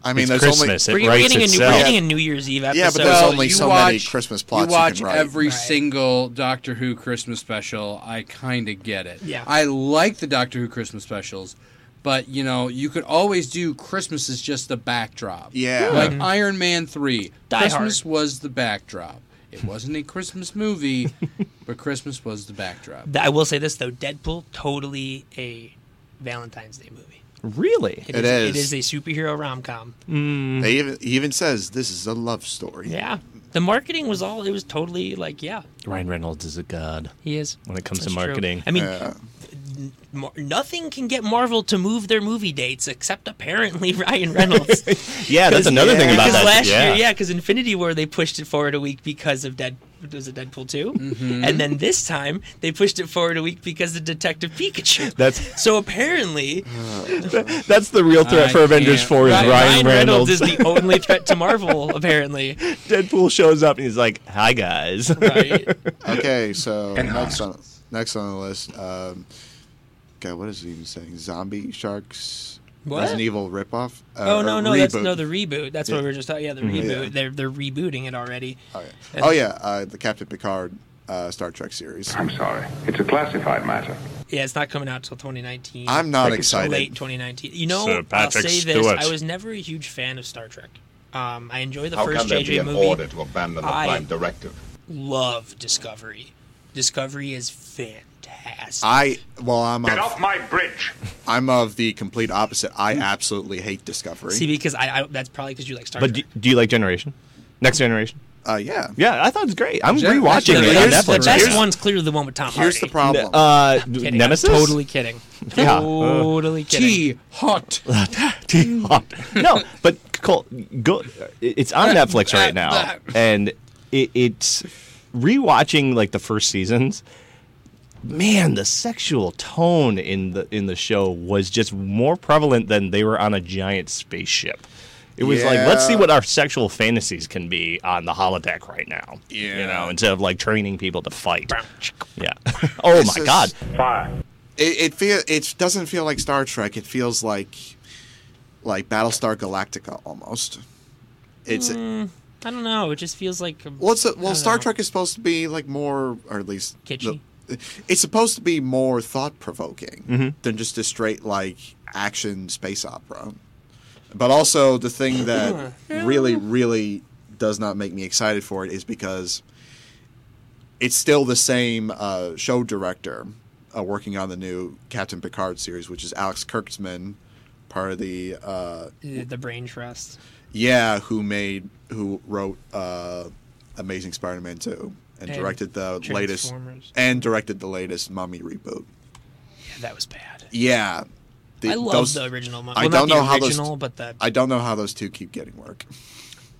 Speaker 5: I mean,
Speaker 3: it's
Speaker 5: there's
Speaker 3: Christmas.
Speaker 5: only
Speaker 2: We're,
Speaker 3: it
Speaker 2: we're
Speaker 3: writes
Speaker 2: getting a new, we're
Speaker 3: itself.
Speaker 2: getting a New Year's Eve episode.
Speaker 5: Yeah, but there's only so many Christmas plots
Speaker 1: You
Speaker 5: you
Speaker 1: watch
Speaker 5: can write.
Speaker 1: every
Speaker 2: Right.
Speaker 1: single Doctor Who Christmas special. I kind of get it.
Speaker 2: Yeah.
Speaker 1: I like the Doctor Who Christmas specials, but you know, you could always do Christmas is just the backdrop.
Speaker 5: Yeah.
Speaker 1: Like Iron Man Three,
Speaker 2: Die
Speaker 1: Christmas was the backdrop. It wasn't a Christmas movie, but Christmas was the backdrop.
Speaker 2: Th- I will say this though: Deadpool totally a Valentine's Day movie.
Speaker 3: Really?
Speaker 5: It
Speaker 2: It is a
Speaker 5: is.
Speaker 2: superhero rom com.
Speaker 5: They even he even says this is a love story.
Speaker 2: Mm-hmm. Yeah, the marketing was all. It was totally like, yeah,
Speaker 3: Ryan Reynolds is a god
Speaker 2: he is.
Speaker 3: when it comes
Speaker 2: That's
Speaker 3: to
Speaker 2: true.
Speaker 3: marketing.
Speaker 2: I mean,
Speaker 5: Yeah.
Speaker 2: mar- nothing can get Marvel to move their movie dates except apparently Ryan Reynolds.
Speaker 3: yeah, that's another
Speaker 5: yeah.
Speaker 3: thing about
Speaker 2: because
Speaker 3: that.
Speaker 2: last
Speaker 3: yeah.
Speaker 2: year, yeah, because Infinity War they pushed it forward a week because of Dead. Was it Deadpool 2?
Speaker 5: Mm-hmm.
Speaker 2: And then this time they pushed it forward a week because of Detective Pikachu.
Speaker 3: That's-
Speaker 2: so apparently
Speaker 3: That's the real threat
Speaker 1: I
Speaker 3: for Avengers
Speaker 1: can't-
Speaker 3: 4 is
Speaker 2: Ry-
Speaker 3: Ryan, Reynolds.
Speaker 2: is the only threat to Marvel apparently.
Speaker 3: Deadpool shows up and he's like, hi, guys.
Speaker 2: Right?
Speaker 5: Okay, so next on next on the list, um, God, what is he even saying? Zombie sharks.
Speaker 2: What?
Speaker 5: Resident Evil ripoff. Uh,
Speaker 2: Oh
Speaker 5: or
Speaker 2: no, no, that's
Speaker 5: reboot. Mm-hmm.
Speaker 2: no the reboot. That's what we were just talking. Yeah, the reboot.
Speaker 5: Yeah.
Speaker 2: They're they're rebooting it already.
Speaker 5: Oh yeah, oh, yeah uh, the Captain Picard uh, Star Trek series.
Speaker 4: I'm sorry. It's a classified matter.
Speaker 2: Yeah, it's not coming out till 2019.
Speaker 5: I'm not
Speaker 2: It's
Speaker 5: excited.
Speaker 2: Late 2019. You know,
Speaker 3: Sir
Speaker 2: I'll
Speaker 3: Patrick
Speaker 2: say this:
Speaker 3: Stewart.
Speaker 2: I was never a huge fan of Star Trek. Um, I enjoy the
Speaker 7: How
Speaker 2: first
Speaker 7: can there
Speaker 2: JJ
Speaker 7: be an
Speaker 2: movie.
Speaker 7: order to abandon the
Speaker 2: I-
Speaker 7: prime directive?
Speaker 2: Love Discovery. Discovery is fantastic. fantastic.
Speaker 5: I well, I'm
Speaker 4: Get off
Speaker 5: of,
Speaker 4: my bridge.
Speaker 5: I'm of the complete opposite. I absolutely hate Discovery.
Speaker 2: See, because I, I that's probably because you like Star
Speaker 3: But do,
Speaker 2: Trek.
Speaker 3: do you like Generation? Next Generation?
Speaker 5: Uh, yeah.
Speaker 3: Yeah, I thought it's great. I'm
Speaker 1: Gen-
Speaker 3: rewatching
Speaker 1: Gen-
Speaker 3: it on
Speaker 1: here's
Speaker 2: the
Speaker 3: Netflix.
Speaker 2: best
Speaker 3: right now.
Speaker 2: one's clearly the one with Tom Hardy.
Speaker 5: Here's the problem.
Speaker 3: Uh,
Speaker 2: Kidding, I'm
Speaker 3: Nemesis?
Speaker 2: totally kidding.
Speaker 5: Uh,
Speaker 3: Yeah.
Speaker 2: Totally kidding.
Speaker 1: T hot.
Speaker 3: T Hawk. Mm. No, but Cole, go. It's on Netflix right now, and it, it's rewatching like the first seasons. Man, the sexual tone in the in the show was just more prevalent than they were on a giant spaceship. It was like, let's see
Speaker 5: Yeah.
Speaker 3: what our sexual fantasies can be on the holodeck right now. You
Speaker 5: Yeah.
Speaker 3: know, instead of like training people to fight. Yeah. oh
Speaker 5: This
Speaker 3: my
Speaker 5: is-
Speaker 3: God.
Speaker 4: Fire.
Speaker 5: it, it feel it doesn't feel like Star Trek. It feels like like Battlestar Galactica almost. It's
Speaker 2: I don't know. It just feels like. um,
Speaker 5: well, it's a, well
Speaker 2: I
Speaker 5: Star
Speaker 2: don't know.
Speaker 5: Trek is supposed to be like more, or at least
Speaker 2: Kitschy?
Speaker 5: the- it's supposed to be more thought provoking than just a straight like action space opera. But also the thing that really, really does not make me excited for it is because it's still the same uh, show director uh, working on the new Captain Picard series, which is Alex Kurtzman, part of the uh,
Speaker 2: Uh, The brain trust.
Speaker 5: yeah, who made who wrote uh, Amazing Spider-Man two and,
Speaker 2: And
Speaker 5: directed the latest
Speaker 2: Transformers.
Speaker 5: and directed the latest Mummy reboot.
Speaker 2: Yeah, that was bad.
Speaker 5: Yeah, the,
Speaker 2: I love
Speaker 5: those-
Speaker 2: the original. Mo-
Speaker 5: I
Speaker 2: well,
Speaker 5: don't
Speaker 2: not
Speaker 5: know
Speaker 2: the
Speaker 5: how those-
Speaker 2: original, but the
Speaker 5: I don't know how those two keep getting work.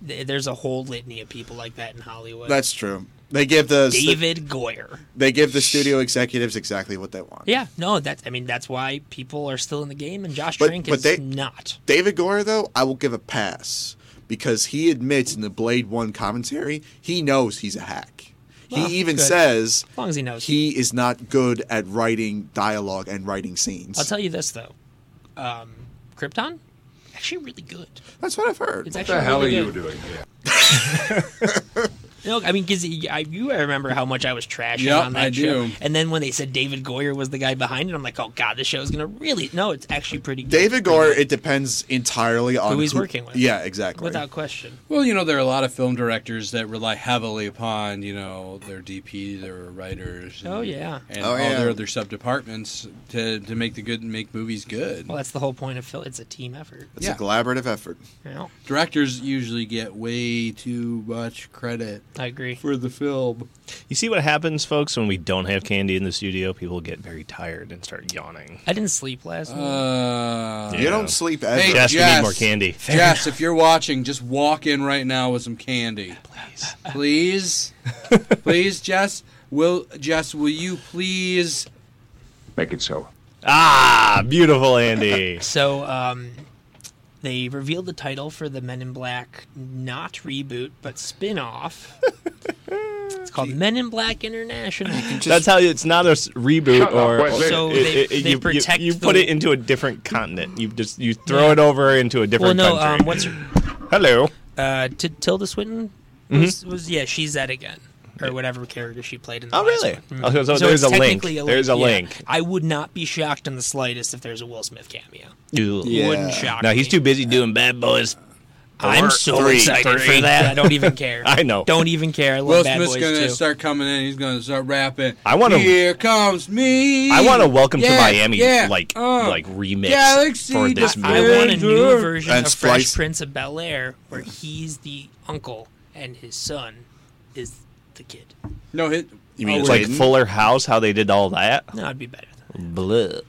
Speaker 2: th- there's a whole litany of people like that in Hollywood.
Speaker 5: That's true. They give the stu-
Speaker 2: David Goyer.
Speaker 5: they give the studio executives exactly what they want.
Speaker 2: Yeah, no, that's I mean that's why people are still in the game, and Josh
Speaker 5: But-
Speaker 2: Trank
Speaker 5: but
Speaker 2: is
Speaker 5: they-
Speaker 2: not.
Speaker 5: David Goyer though, I will give a pass because he admits in the Blade One commentary he knows he's a hack.
Speaker 2: Well,
Speaker 5: he even
Speaker 2: good.
Speaker 5: says
Speaker 2: As long as he knows.
Speaker 5: he is not good at writing dialogue and writing scenes.
Speaker 2: I'll tell you this though, um, Krypton, actually really good.
Speaker 5: That's what I've heard.
Speaker 2: It's actually really good.
Speaker 7: doing here?
Speaker 2: No, I mean, because you I remember how much I was trashing
Speaker 1: Yep,
Speaker 2: on that
Speaker 1: I
Speaker 2: show.
Speaker 1: do.
Speaker 2: And then when they said David Goyer was the guy behind it, I'm like, oh god, this show is gonna really. No, it's actually pretty. good.
Speaker 5: David Gore, it depends entirely on
Speaker 2: Who he's working with.
Speaker 5: Yeah, exactly.
Speaker 2: without question.
Speaker 1: Well, you know, there are a lot of film directors that rely heavily upon, you know, their DPs, their writers. And,
Speaker 2: Oh, yeah.
Speaker 1: And
Speaker 5: Oh,
Speaker 1: all
Speaker 5: yeah.
Speaker 1: their other sub departments to, to make the good make movies good.
Speaker 2: Well, that's the whole point of Phil. It's a team effort.
Speaker 5: it's
Speaker 1: yeah.
Speaker 5: a collaborative effort.
Speaker 2: You know?
Speaker 1: Directors usually get way too much credit
Speaker 2: I agree.
Speaker 1: for the film.
Speaker 3: You see what happens, folks, when we don't have candy in the studio? People get very tired and start yawning.
Speaker 2: I didn't sleep last night.
Speaker 1: Uh,
Speaker 3: Yeah.
Speaker 5: You don't sleep ever.
Speaker 1: Hey,
Speaker 3: Jess, we need
Speaker 1: Jess.
Speaker 3: more candy.
Speaker 1: Jess, if you're watching, just walk in right now with some candy. Please. Please. please, Jess. Will Jess, will you please
Speaker 7: Make it so.
Speaker 3: Ah, beautiful, Andy.
Speaker 2: So, um, they revealed the title for the Men in Black, not reboot, but spin off. it's called Men in Black International.
Speaker 3: That's how it's not a s- reboot
Speaker 7: Shut up,
Speaker 3: or
Speaker 7: Wesley.
Speaker 2: So
Speaker 3: it-
Speaker 2: they-
Speaker 3: it- it-
Speaker 2: they
Speaker 3: you, you-
Speaker 2: protect
Speaker 3: you
Speaker 2: the-
Speaker 3: put it into a different continent. You just you throw it over into a
Speaker 2: Well,
Speaker 3: different
Speaker 2: no,
Speaker 3: country.
Speaker 2: um, what's her,
Speaker 3: Hello.
Speaker 2: uh, T- Tilda Swinton?
Speaker 3: Mm-hmm.
Speaker 2: Was, was- yeah, she's that again. Or whatever character she played in the
Speaker 3: Oh,
Speaker 2: last
Speaker 3: really?
Speaker 2: one.
Speaker 3: Oh, so- so there's
Speaker 2: it's
Speaker 3: a link.
Speaker 2: technically
Speaker 3: There's a
Speaker 2: yeah.
Speaker 3: link.
Speaker 2: I would not be shocked in the slightest if there's a Will Smith cameo.
Speaker 3: Yeah.
Speaker 2: Wouldn't shock
Speaker 3: No, he's
Speaker 2: me.
Speaker 3: too busy doing Bad Boys.
Speaker 2: I'm so
Speaker 3: Three.
Speaker 2: excited
Speaker 3: Three.
Speaker 2: for that. I don't even care.
Speaker 3: I know.
Speaker 2: Don't even care. I love
Speaker 1: Will
Speaker 2: Bad
Speaker 1: Smith's
Speaker 2: Boys
Speaker 1: gonna
Speaker 2: too.
Speaker 1: start coming in. He's gonna start rapping.
Speaker 3: I wanna-
Speaker 1: Here comes me.
Speaker 3: I want a Welcome to
Speaker 1: Yeah,
Speaker 3: Miami
Speaker 1: yeah,
Speaker 3: like
Speaker 1: uh,
Speaker 3: like remix
Speaker 1: Galaxy
Speaker 3: for this
Speaker 1: Defender.
Speaker 2: I
Speaker 3: movie.
Speaker 2: want a new version
Speaker 5: And
Speaker 2: of Fresh
Speaker 5: Splice.
Speaker 2: Prince of Bel Air where he's the uncle and his son is the kid.
Speaker 1: No hit.
Speaker 5: You mean
Speaker 3: It's
Speaker 5: Oh,
Speaker 3: like
Speaker 5: Hayden?
Speaker 3: Fuller House, how they did all that.
Speaker 2: No, it'd be better. Than that.
Speaker 3: Blah.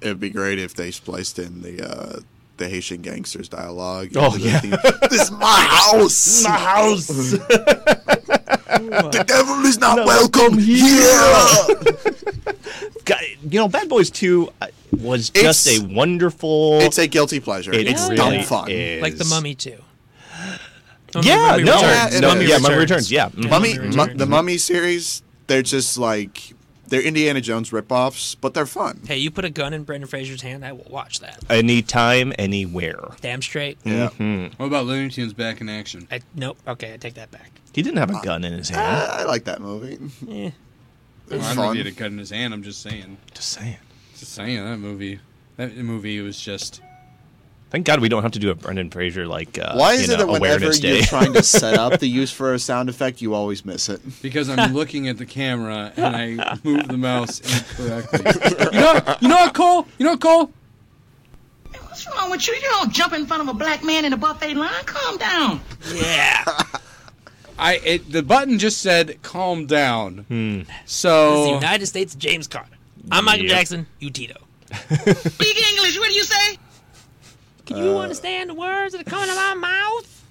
Speaker 5: It'd be great if they spliced in the uh, the Haitian gangsters dialogue.
Speaker 3: Oh,
Speaker 5: into the
Speaker 3: yeah.
Speaker 5: theme. this is my house. My house. the devil is not welcome here.
Speaker 3: God, you know, Bad Boys Two uh, was just
Speaker 5: It's-
Speaker 3: a wonderful.
Speaker 5: It's a guilty pleasure.
Speaker 3: it
Speaker 5: it's
Speaker 2: really
Speaker 5: dumb fun.
Speaker 3: is.
Speaker 2: Like the Mummy too.
Speaker 3: Yeah,
Speaker 2: Mummy
Speaker 3: no,
Speaker 2: Returns. Mm-hmm.
Speaker 5: yeah,
Speaker 3: no,
Speaker 5: Mummy
Speaker 3: yeah, Mummy Returns, yeah.
Speaker 2: Yeah.
Speaker 5: Mummy,
Speaker 2: Mummy
Speaker 5: mu-
Speaker 2: Returns.
Speaker 5: the Mummy series, they're just like they're Indiana Jones ripoffs, but they're fun.
Speaker 2: Hey, you put a gun in Brendan Fraser's hand, I will watch that.
Speaker 3: Anytime, anywhere.
Speaker 2: Damn straight.
Speaker 5: Yeah.
Speaker 3: Mm-hmm.
Speaker 1: What about Looney Tunes back in action?
Speaker 2: I, nope. Okay, I take that back.
Speaker 3: He didn't have a gun in his hand.
Speaker 5: I like that movie.
Speaker 2: Eh.
Speaker 5: It was
Speaker 1: I don't
Speaker 5: fun.
Speaker 1: need a cut in his hand. I'm just saying.
Speaker 3: Just saying.
Speaker 1: Just saying that movie. That movie was just
Speaker 3: Thank God we don't have to do a Brendan Fraser like uh,
Speaker 5: Why is
Speaker 3: you
Speaker 5: it
Speaker 3: know,
Speaker 5: that whenever
Speaker 3: awareness day.
Speaker 5: you're trying to set up the use for a sound effect, you always miss it?
Speaker 1: because I'm looking at the camera and I move the mouse incorrectly. You know, you know what, Cole? You know what, Cole?
Speaker 6: What's wrong with you? You don't jump in front of a black man in a buffet line. Calm down.
Speaker 2: Yeah.
Speaker 1: I it, the button just said calm down.
Speaker 3: Hmm.
Speaker 1: So Oh.
Speaker 2: the United States James Carter. I'm Michael
Speaker 3: Yep.
Speaker 2: Jackson. You Tito.
Speaker 6: Speak English. What do you say?
Speaker 2: Can you understand the words that are coming out of my mouth?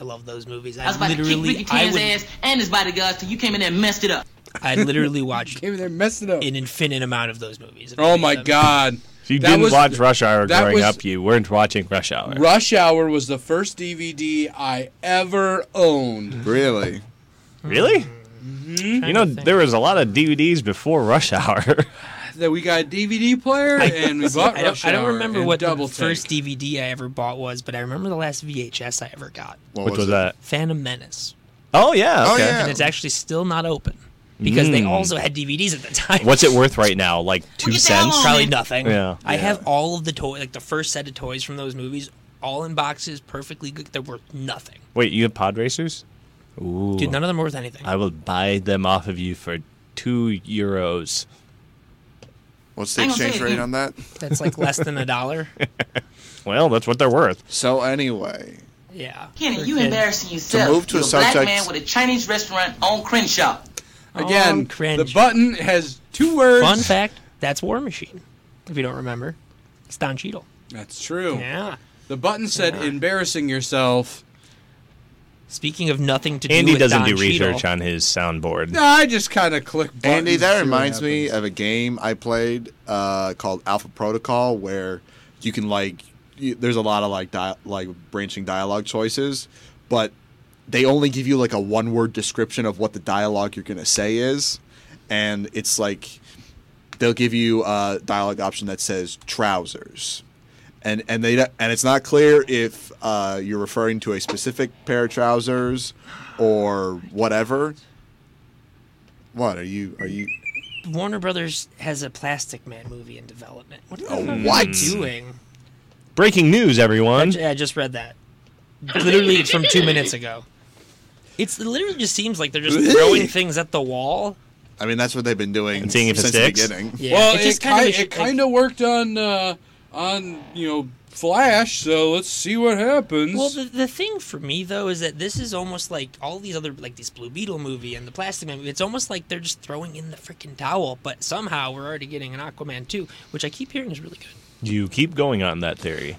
Speaker 2: I love those movies. I,
Speaker 6: I was about to kick
Speaker 2: literally,
Speaker 6: Ricky
Speaker 2: I
Speaker 6: Tan's
Speaker 2: would-
Speaker 6: ass and his bodyguards till you came in there and messed it up.
Speaker 2: I literally watched
Speaker 1: came in there messing up.
Speaker 2: an infinite amount of those movies.
Speaker 1: Oh my God!
Speaker 3: If you
Speaker 1: That
Speaker 3: didn't
Speaker 1: was-
Speaker 3: watch Rush Hour
Speaker 1: that
Speaker 3: growing
Speaker 1: was-
Speaker 3: up, you weren't watching Rush Hour.
Speaker 1: Rush Hour was the first DVD I ever owned.
Speaker 5: Really?
Speaker 3: Really? You know,
Speaker 2: to think.
Speaker 3: there was a lot of DVDs before Rush Hour.
Speaker 1: That we got a DVD player and we bought
Speaker 2: I don't,
Speaker 1: Rush
Speaker 2: I don't
Speaker 1: Hour
Speaker 2: remember
Speaker 1: and
Speaker 2: what the
Speaker 1: double
Speaker 2: first
Speaker 1: Take.
Speaker 2: DVD I ever bought was, but I remember the last VHS I ever got.
Speaker 5: What
Speaker 3: Which was
Speaker 5: it?
Speaker 3: that?
Speaker 2: Phantom Menace.
Speaker 3: Oh yeah.
Speaker 5: Oh,
Speaker 3: Okay.
Speaker 5: yeah.
Speaker 2: And it's actually still not open because they
Speaker 3: Mm.
Speaker 2: also had DVDs at the time.
Speaker 3: What's it worth right now? Like two
Speaker 6: get the hell
Speaker 3: cents.
Speaker 6: on-
Speaker 2: Probably nothing.
Speaker 3: Yeah.
Speaker 2: I have all of the toy, like the first set of toys from those movies, all in boxes, perfectly good. They're worth nothing.
Speaker 3: Wait, you have pod racers? Ooh.
Speaker 2: Dude, none of them are worth anything.
Speaker 3: I will buy them off of you for two euros.
Speaker 5: What's the
Speaker 6: Hang on, say
Speaker 5: exchange
Speaker 6: it
Speaker 5: rate
Speaker 6: again.
Speaker 5: on that?
Speaker 2: That's like less than a dollar.
Speaker 3: Well, that's what they're worth.
Speaker 5: So anyway,
Speaker 2: Yeah.
Speaker 6: Kenny,
Speaker 2: For
Speaker 6: you
Speaker 2: kids.
Speaker 6: embarrassing yourself.
Speaker 5: To move to
Speaker 6: you
Speaker 5: a
Speaker 6: black
Speaker 5: subject-
Speaker 6: man with a Chinese restaurant on Crenshaw.
Speaker 1: Again,
Speaker 2: Oh, cringe.
Speaker 1: the button has two words.
Speaker 2: Fun fact: That's War Machine. If you don't remember, it's Don Cheadle.
Speaker 1: That's true.
Speaker 2: Yeah.
Speaker 1: The button said embarrassing yourself.
Speaker 2: Speaking of nothing to do
Speaker 3: Andy
Speaker 2: with
Speaker 3: doesn't
Speaker 2: Don
Speaker 3: do research
Speaker 2: Cheadle,
Speaker 3: on his soundboard.
Speaker 1: No, I just kind of click buttons.
Speaker 5: Andy,
Speaker 1: to see
Speaker 5: that
Speaker 1: what
Speaker 5: reminds me
Speaker 1: happens.
Speaker 5: of a game I played uh, called Alpha Protocol, where you can like, you, there's a lot of like dia- like branching dialogue choices, but they only give you like a one word description of what the dialogue you're gonna say is, and it's like they'll give you a dialogue option that says trousers. And, and they don't- and it's not clear if uh, you're referring to a specific pair of trousers or whatever. What are you are you
Speaker 2: Warner Brothers has a Plastic Man movie in development. What
Speaker 3: Oh,
Speaker 2: are they
Speaker 5: what?
Speaker 2: doing?
Speaker 3: Breaking news, everyone.
Speaker 2: Yeah, I just read that. Literally, it's from two minutes ago. It's it literally just seems like they're just throwing things at the wall.
Speaker 5: I mean, that's what they've been doing
Speaker 3: And seeing if it
Speaker 5: since
Speaker 3: sticks?
Speaker 5: the beginning.
Speaker 2: Yeah,
Speaker 1: Well,
Speaker 2: it's just
Speaker 1: it kind of
Speaker 2: a
Speaker 1: it
Speaker 2: sh- like-
Speaker 1: kind of worked on uh, on you know Flash, so let's see what happens.
Speaker 2: Well, the, the thing for me though is that this is almost like all these other like this Blue Beetle movie and the Plastic Man. movie. It's almost like they're just throwing in the freaking towel, but somehow we're already getting an Aquaman two, which I keep hearing is really good.
Speaker 3: You keep going on that theory.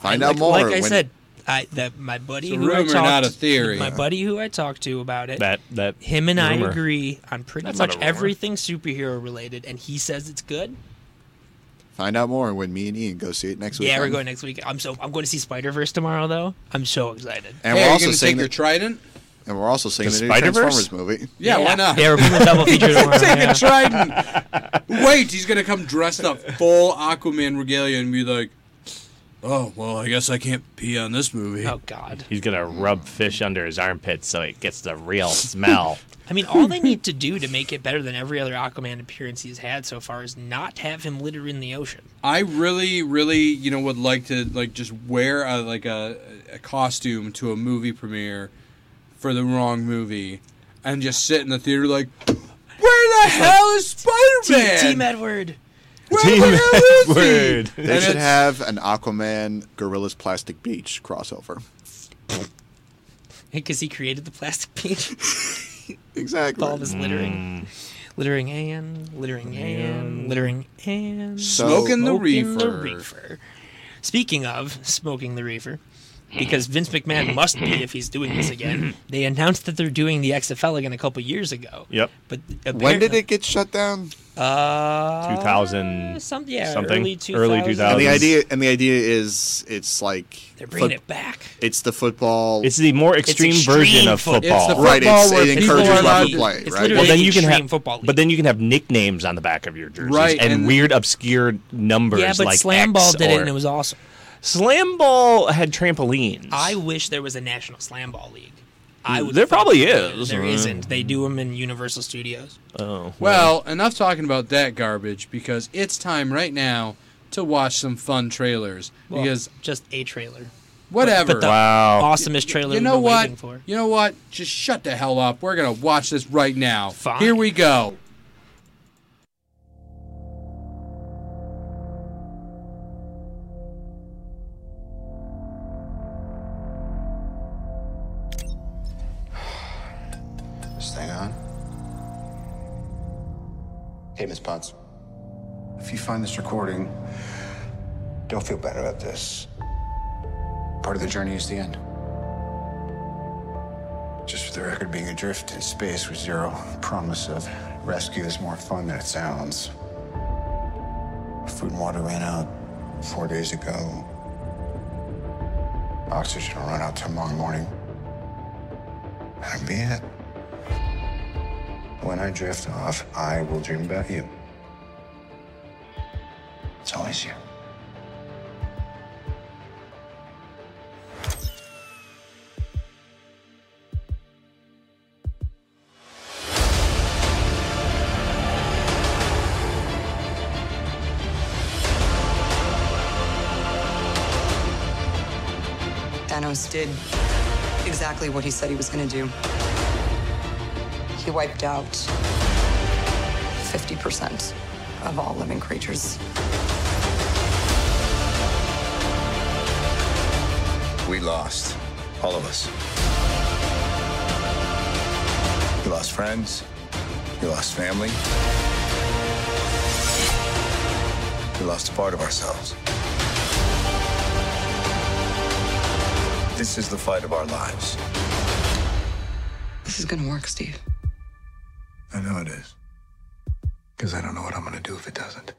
Speaker 5: Find
Speaker 2: I-
Speaker 5: out
Speaker 2: like,
Speaker 5: more.
Speaker 2: Like I
Speaker 5: when-
Speaker 2: said, I that my buddy
Speaker 1: It's a
Speaker 2: who I
Speaker 1: rumor,
Speaker 2: talked,
Speaker 1: not a theory.
Speaker 2: My buddy who I talked to about it.
Speaker 3: That that
Speaker 2: him and
Speaker 3: rumor.
Speaker 2: I agree on pretty
Speaker 3: That's not
Speaker 2: much
Speaker 3: a rumor.
Speaker 2: everything superhero related, and he says it's good.
Speaker 5: find out more when me and Ian go see it next week.
Speaker 2: Yeah, we're going next week. I'm so I'm going to see Spider Verse tomorrow though. I'm so excited.
Speaker 5: And
Speaker 1: hey,
Speaker 5: we're
Speaker 1: are you
Speaker 5: also
Speaker 1: gonna
Speaker 5: seeing
Speaker 1: take
Speaker 5: the,
Speaker 1: your trident?
Speaker 5: and we're also seeing
Speaker 3: The
Speaker 5: the, new
Speaker 3: Spider-Verse?
Speaker 5: Transformers movie.
Speaker 1: Yeah, why not?
Speaker 2: Yeah, we're doing a double feature tomorrow.
Speaker 1: Take
Speaker 2: yeah.
Speaker 1: a trident. Wait, he's gonna come dressed up full Aquaman regalia and be like, "Oh well, I guess I can't pee on this movie."
Speaker 2: Oh God!
Speaker 3: He's gonna rub fish under his armpits so it gets the real smell.
Speaker 2: I mean, all they need to do to make it better than every other Aquaman appearance he's had so far is not have him litter in the ocean.
Speaker 1: I really, really, you know, would like to like just wear a, like a, a costume to a movie premiere for the wrong movie, and just sit in the theater like, "Where the hell is Spider Man?
Speaker 2: Team Edward.
Speaker 1: Where
Speaker 3: Team
Speaker 1: the hell is
Speaker 3: Edward.
Speaker 1: he?
Speaker 5: They
Speaker 1: And
Speaker 5: should
Speaker 1: it's-
Speaker 5: have an Aquaman Gorillas Plastic Beach crossover.
Speaker 2: Because he created the plastic beach with
Speaker 5: Exactly.
Speaker 2: all this littering. Littering and Mm. littering and littering and
Speaker 5: So-
Speaker 1: smoking the
Speaker 2: smoking
Speaker 1: reefer.
Speaker 2: the reefer. Speaking of smoking the reefer, because Vince McMahon must be if he's doing this again, they announced that they're doing the XFL again a couple years ago.
Speaker 3: Yep.
Speaker 2: But
Speaker 5: When did
Speaker 2: apparently-
Speaker 5: it get shut down?
Speaker 2: Uh,
Speaker 3: 2000
Speaker 2: some, yeah,
Speaker 3: something.
Speaker 2: early
Speaker 3: Early
Speaker 2: 2000s.
Speaker 5: And the
Speaker 3: 2000s.
Speaker 5: idea and the idea is it's like
Speaker 2: They're bringing
Speaker 5: foot-
Speaker 2: it back.
Speaker 5: It's the football.
Speaker 3: It's the more extreme,
Speaker 2: extreme
Speaker 3: version of
Speaker 2: foot- it's the
Speaker 3: football.
Speaker 1: football
Speaker 5: right. It's,
Speaker 1: where
Speaker 5: it
Speaker 1: people
Speaker 5: encourages
Speaker 1: are
Speaker 5: level
Speaker 1: allowed-
Speaker 5: play.
Speaker 2: it's
Speaker 5: Right.
Speaker 2: literally-
Speaker 3: well, then
Speaker 2: an
Speaker 3: you can
Speaker 2: extreme
Speaker 3: have,
Speaker 2: football league.
Speaker 3: but then you can have nicknames on the back of your jerseys
Speaker 1: Right,
Speaker 3: and,
Speaker 1: and-
Speaker 3: weird, obscure numbers
Speaker 2: Yeah, but
Speaker 3: like
Speaker 2: Slam Ball
Speaker 3: X
Speaker 2: did it,
Speaker 3: or-
Speaker 2: and it was awesome.
Speaker 3: Slam Ball had trampolines.
Speaker 2: I wish there was a national Slam Ball league. I would.
Speaker 3: There probably is. Mm.
Speaker 2: There isn't. They do them in Universal Studios.
Speaker 3: Oh,
Speaker 1: Well, enough talking about that garbage because it's time right now to watch some fun trailers
Speaker 2: Well,
Speaker 1: because
Speaker 2: just a trailer.
Speaker 1: whatever.
Speaker 2: But the
Speaker 3: Wow.
Speaker 2: awesomest trailer
Speaker 1: you know
Speaker 2: we've been
Speaker 1: what?
Speaker 2: waiting for.
Speaker 1: You know what? Just shut the hell up. We're gonna watch this right now.
Speaker 2: Fine.
Speaker 1: Here we go.
Speaker 7: This thing on?
Speaker 8: Hey, Miss Potts.
Speaker 7: If you find this recording, don't feel bad about this. Part of the journey is the end. Just for the record, being adrift in space with zero promise of rescue is more fun than it sounds. Food and water ran out four days ago. Oxygen will run out tomorrow morning. That'll be it. When I drift off, I will dream about you. It's always you.
Speaker 9: Thanos did exactly what he said he was going to do. He wiped out 50% of all living creatures.
Speaker 7: We lost. All of us. You lost friends. You lost family. We lost a part of ourselves. This is the fight of our lives.
Speaker 9: This is going to work, Steve.
Speaker 7: I know it is. Because I don't know what I'm going to do if it doesn't.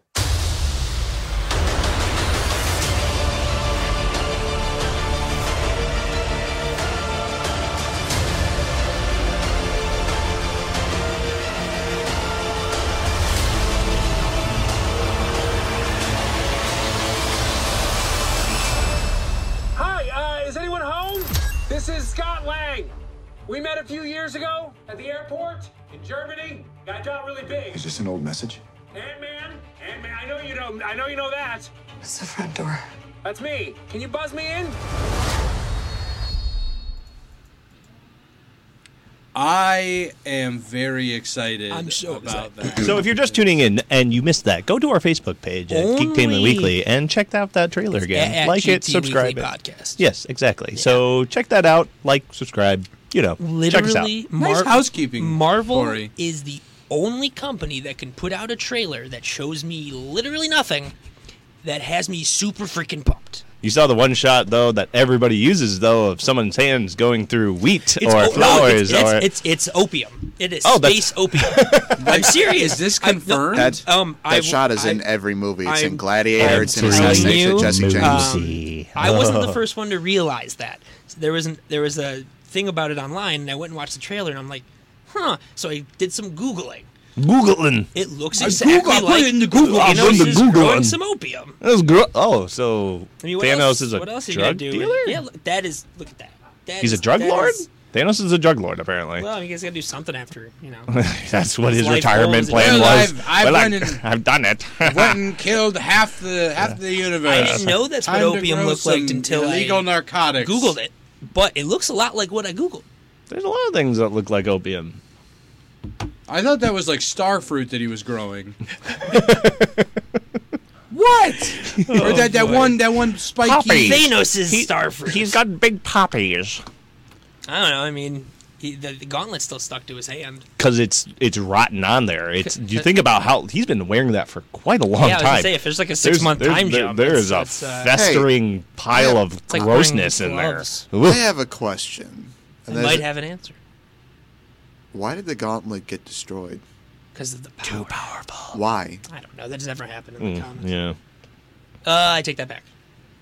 Speaker 10: Hi, uh, is anyone home? This is Scott Lang. We met a few years ago at the airport in Germany. Guy got really big.
Speaker 7: Is this an old message?
Speaker 10: Ant-Man, Ant-Man. I know you know. I know you know that.
Speaker 9: It's the front door.
Speaker 10: That's me. Can you buzz me in?
Speaker 1: I am very excited
Speaker 2: I'm so
Speaker 1: about that.
Speaker 3: So if you're just tuning in and you missed that, go to our Facebook page at Geek Gaming
Speaker 2: Only-
Speaker 3: Weekly and check out that trailer again.
Speaker 2: at
Speaker 3: like it,
Speaker 2: GT
Speaker 3: subscribe
Speaker 2: Weekly
Speaker 3: it.
Speaker 2: Podcast.
Speaker 3: Yes, exactly. So check that out, like, subscribe, you know, check us out.
Speaker 2: Literally,
Speaker 1: Nice housekeeping,
Speaker 2: Marvel
Speaker 1: Corey.
Speaker 2: is the only company that can put out a trailer that shows me literally nothing that has me super freaking pumped.
Speaker 3: You saw the one shot though that everybody uses though of someone's hands going through wheat or
Speaker 2: oh, no,
Speaker 3: flowers
Speaker 2: it's,
Speaker 3: or
Speaker 2: it's, it's it's opium. It is
Speaker 3: Oh, that's-
Speaker 2: space opium. I'm serious.
Speaker 1: Is this
Speaker 2: I'm- no,
Speaker 1: confirmed?
Speaker 5: That,
Speaker 2: Um,
Speaker 5: that
Speaker 2: I-
Speaker 5: shot is in
Speaker 2: I-
Speaker 5: every movie. It's
Speaker 2: I'm-
Speaker 5: in Gladiator.
Speaker 2: I'm
Speaker 5: it's in
Speaker 2: telling
Speaker 5: Assassination
Speaker 2: you,
Speaker 5: of Jesse
Speaker 3: um,
Speaker 5: James.
Speaker 3: Lucy.
Speaker 2: Um, I wasn't the first one to realize that. So there was an, there was a thing about it online, and I went and watched the trailer, and I'm like, huh. So I did some googling.
Speaker 3: Googling.
Speaker 2: It looks
Speaker 3: I
Speaker 2: exactly
Speaker 3: Google- I put
Speaker 2: like
Speaker 3: it in the Google. I put it in the
Speaker 2: Thanos is
Speaker 3: Google
Speaker 2: growing
Speaker 3: and-
Speaker 2: some opium.
Speaker 3: That was gr- oh, so
Speaker 2: I mean, what
Speaker 3: Thanos
Speaker 2: else,
Speaker 3: is a
Speaker 2: what else are you
Speaker 3: drug
Speaker 2: gonna do?
Speaker 3: dealer.
Speaker 2: Yeah, look, that is. Look at that. That
Speaker 3: He's a
Speaker 2: is-
Speaker 3: drug
Speaker 2: that
Speaker 3: lord.
Speaker 2: is-
Speaker 3: Thanos is a drug lord, apparently.
Speaker 2: well, I mean, he's got to do something after, you know.
Speaker 3: That's what his
Speaker 2: life
Speaker 3: retirement
Speaker 2: goals-
Speaker 3: plan
Speaker 1: Well,
Speaker 3: was.
Speaker 1: I've- I've
Speaker 3: well,
Speaker 1: went and-
Speaker 3: I've done it.
Speaker 1: Went and killed half the half the universe.
Speaker 2: I didn't know that's what
Speaker 1: Time to
Speaker 2: opium
Speaker 1: grow
Speaker 2: looked like
Speaker 1: some
Speaker 2: until
Speaker 1: illegal
Speaker 2: I
Speaker 1: narcotics.
Speaker 2: Googled it. But it looks a lot like what I Googled.
Speaker 3: There's a lot of things that look like opium.
Speaker 1: I thought that was like star fruit that he was growing. what?
Speaker 2: Oh,
Speaker 1: or that, that one that one spiky.
Speaker 3: Poppy. He's-
Speaker 2: Thanos is Starfruit.
Speaker 3: He's got big poppies
Speaker 2: I don't know. I mean, he, the, the gauntlet's still stuck to his hand.
Speaker 3: because it's it's rotten on there. It's you think about how he's been wearing that for quite a long
Speaker 2: yeah, I was
Speaker 3: time.
Speaker 2: gonna say if there's like a six month
Speaker 3: there's-
Speaker 2: time
Speaker 3: there-
Speaker 2: jump,
Speaker 3: there is a
Speaker 2: that's- that's, uh,
Speaker 3: festering pile
Speaker 5: Yeah.
Speaker 3: of
Speaker 2: like
Speaker 3: grossness
Speaker 2: wearing
Speaker 3: in there.
Speaker 2: gloves.
Speaker 5: I
Speaker 3: Ugh.
Speaker 5: have a question. And
Speaker 2: I
Speaker 5: that
Speaker 2: might
Speaker 5: is-
Speaker 2: have an answer
Speaker 5: Why did the gauntlet get destroyed?
Speaker 2: because of the power. Too powerful.
Speaker 5: Why?
Speaker 2: I don't know. That's never happened in the comics.
Speaker 3: Mm, Yeah.
Speaker 2: Uh, I take that back.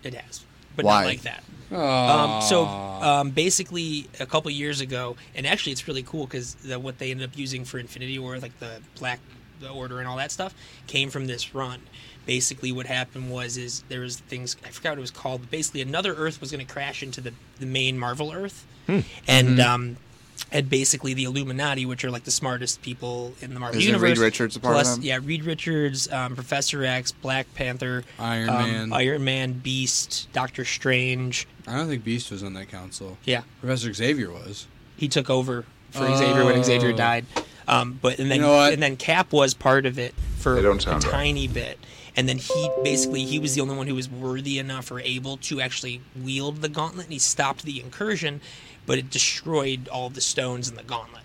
Speaker 2: It has, but
Speaker 5: Why?
Speaker 2: not like that. Um, so um, basically, a couple years ago, and actually, it's really cool because what they ended up using for Infinity War, like the Black the Order and all that stuff, came from this run. Basically, what happened was is there was things I forgot what it was
Speaker 5: Mm-hmm.
Speaker 2: called, but basically, another Earth was going to crash into the the main Marvel Earth, and um, and basically the Illuminati, which are like the smartest people in the Marvel
Speaker 5: Isn't Reed
Speaker 2: universe.
Speaker 5: Richards a part of
Speaker 2: plus,
Speaker 5: them?
Speaker 2: yeah, Reed Richards, um, Professor X, Black Panther,
Speaker 1: Iron
Speaker 2: um,
Speaker 1: Man.
Speaker 2: Iron Man, Beast, Doctor Strange.
Speaker 1: I don't think Beast was on that council.
Speaker 2: Yeah,
Speaker 1: Professor Xavier was.
Speaker 2: he took over for Xavier when Xavier died. Um, but and then
Speaker 1: Oh. You know what?
Speaker 2: and then Cap was part of it for
Speaker 8: They don't
Speaker 2: a
Speaker 8: sound right.
Speaker 2: tiny bit, and then he basically he was the only one who was worthy enough or able to actually wield the gauntlet, and he stopped the incursion, but it destroyed all the stones in the gauntlet,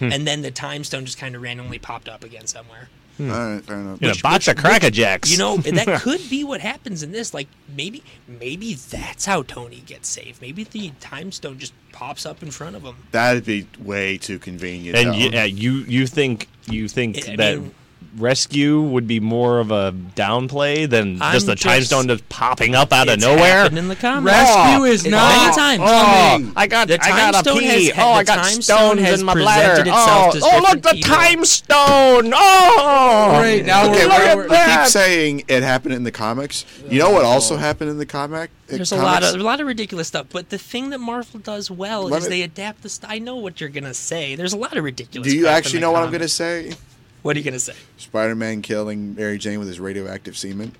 Speaker 1: Hmm.
Speaker 2: and then the time stone just kind of randomly popped up again somewhere.
Speaker 3: Hmm.
Speaker 5: All right, fair enough.
Speaker 3: In a box of Cracker Jacks.
Speaker 2: You know, and that could be what happens in this. Like maybe maybe that's how Tony gets saved. Maybe the time stone just pops up in front of him.
Speaker 5: That'd be way too convenient.
Speaker 3: and
Speaker 5: though.
Speaker 3: you, uh, you you think you think
Speaker 2: I- I
Speaker 3: that
Speaker 2: mean-
Speaker 3: rescue would be more of a downplay than just the
Speaker 2: I'm
Speaker 3: time
Speaker 2: just-
Speaker 3: stone just popping up out of
Speaker 2: It's
Speaker 3: nowhere?
Speaker 2: happened in the comics.
Speaker 1: Rescue is
Speaker 2: It's
Speaker 1: not
Speaker 2: many times.
Speaker 3: Oh, I got
Speaker 2: The
Speaker 3: I
Speaker 2: time
Speaker 3: got a
Speaker 2: stone
Speaker 3: pee.
Speaker 2: has-
Speaker 3: oh,
Speaker 2: the
Speaker 3: I got
Speaker 2: time stone
Speaker 3: stones
Speaker 2: has
Speaker 3: in my
Speaker 2: presented
Speaker 3: bladder.
Speaker 2: itself
Speaker 3: Oh,
Speaker 2: to
Speaker 3: oh, look,
Speaker 2: different
Speaker 3: the
Speaker 2: people.
Speaker 3: time stone. Oh,
Speaker 1: Right, now we're-
Speaker 5: Okay, we're-
Speaker 1: now
Speaker 5: we
Speaker 1: we're-
Speaker 5: keep saying it happened in the comics. You know what
Speaker 3: Oh.
Speaker 5: also happened in the comic? in
Speaker 2: There's a lot
Speaker 5: comics?
Speaker 2: of a lot of ridiculous stuff, but the thing that Marvel does well
Speaker 5: Let
Speaker 2: is
Speaker 5: me-
Speaker 2: they adapt the. St- I know what you're gonna say. There's a lot of ridiculous.
Speaker 5: Do you
Speaker 2: crap in
Speaker 5: actually
Speaker 2: the
Speaker 5: know what I'm
Speaker 2: comic.
Speaker 5: gonna say?
Speaker 2: What are you gonna say?
Speaker 5: Spider-Man killing Mary Jane with his radioactive semen.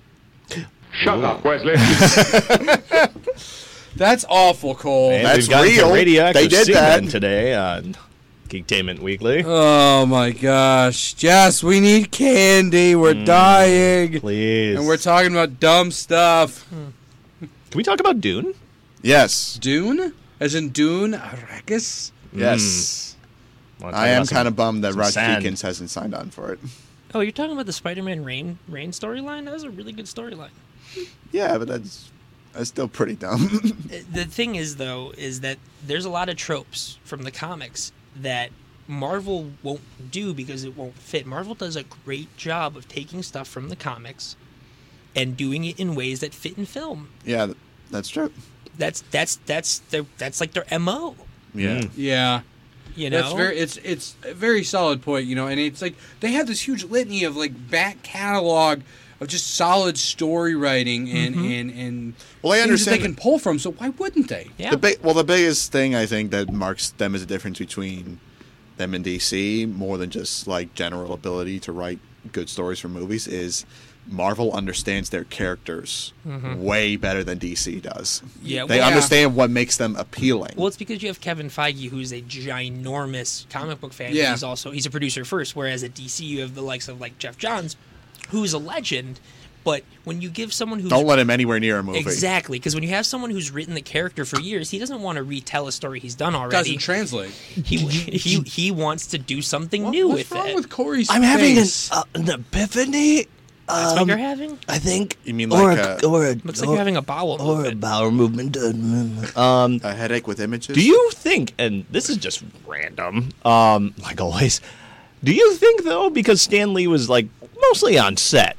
Speaker 4: Shut up, Wesley.
Speaker 1: That's awful, Cole.
Speaker 3: And
Speaker 5: That's
Speaker 3: we've gotten some
Speaker 5: real.
Speaker 3: radioactive
Speaker 5: They did
Speaker 3: semen
Speaker 5: that.
Speaker 3: today on Geektainment Weekly.
Speaker 1: oh my gosh, Jess, we need candy. We're
Speaker 2: Mm.
Speaker 1: dying,
Speaker 3: Please.
Speaker 1: and we're talking about dumb stuff.
Speaker 3: Can we talk about Dune?
Speaker 5: Yes,
Speaker 1: Dune, as in Dune, Arrakis.
Speaker 5: yes.
Speaker 3: Wanna talk
Speaker 5: I am
Speaker 3: about some-
Speaker 5: kind of bummed that
Speaker 3: Mm. some
Speaker 5: Rod
Speaker 3: sand.
Speaker 5: Deakins hasn't signed on for it.
Speaker 2: Oh, you're talking about the Spider-Man Rain Rain storyline. That was a really good storyline.
Speaker 5: Yeah, but that's that's still pretty dumb.
Speaker 2: the thing is though is that there's a lot of tropes from the comics that Marvel won't do because it won't fit. Marvel does a great job of taking stuff from the comics and doing it in ways that fit in film.
Speaker 5: yeah, th- that's true.
Speaker 2: That's that's that's their that's like their MO,
Speaker 5: Yeah,
Speaker 1: Yeah,
Speaker 2: you know.
Speaker 1: that's very. It's it's a very solid point, you know. And it's like they have this huge litany of like back catalog of just solid story writing and and and
Speaker 5: Well, I
Speaker 1: things
Speaker 5: understand
Speaker 1: that they can
Speaker 5: that-
Speaker 1: pull from. So why wouldn't they?
Speaker 2: yeah.
Speaker 5: The big, well, the biggest thing I think that marks them is the difference between them and DC, more than just like general ability to write good stories for movies, is Marvel understands their characters way better than DC does.
Speaker 2: Mm-hmm. Yeah,
Speaker 5: they
Speaker 2: well-
Speaker 5: understand what makes them appealing.
Speaker 2: Well, it's because you have Kevin Feige, who's a ginormous comic book fan.
Speaker 1: Yeah.
Speaker 2: He's also he's a producer first. Whereas at DC, you have the likes of like Jeff Johns, who's a legend. But when you give someone who's
Speaker 5: Don't let him anywhere near a movie.
Speaker 2: Exactly, because when you have someone who's written the character for years, he doesn't want to retell a story he's done already.
Speaker 1: Doesn't translate.
Speaker 2: he, he he wants to do something
Speaker 1: What-
Speaker 2: new
Speaker 1: what's
Speaker 2: with
Speaker 1: wrong
Speaker 2: it.
Speaker 1: with Corey's
Speaker 3: I'm having an,
Speaker 1: face?
Speaker 3: uh, an epiphany.
Speaker 2: That's what
Speaker 1: Um,
Speaker 2: you're having.
Speaker 3: I think.
Speaker 5: You mean
Speaker 3: or
Speaker 5: like
Speaker 3: a,
Speaker 5: a-
Speaker 3: or a,
Speaker 2: Looks
Speaker 3: or,
Speaker 2: like you're having a bowel
Speaker 3: or a
Speaker 2: movement.
Speaker 3: bowel movement. Um,
Speaker 5: A headache with images.
Speaker 3: do you think? And this is just random, um, like always. Do you think though, because Stan Lee was like mostly on set,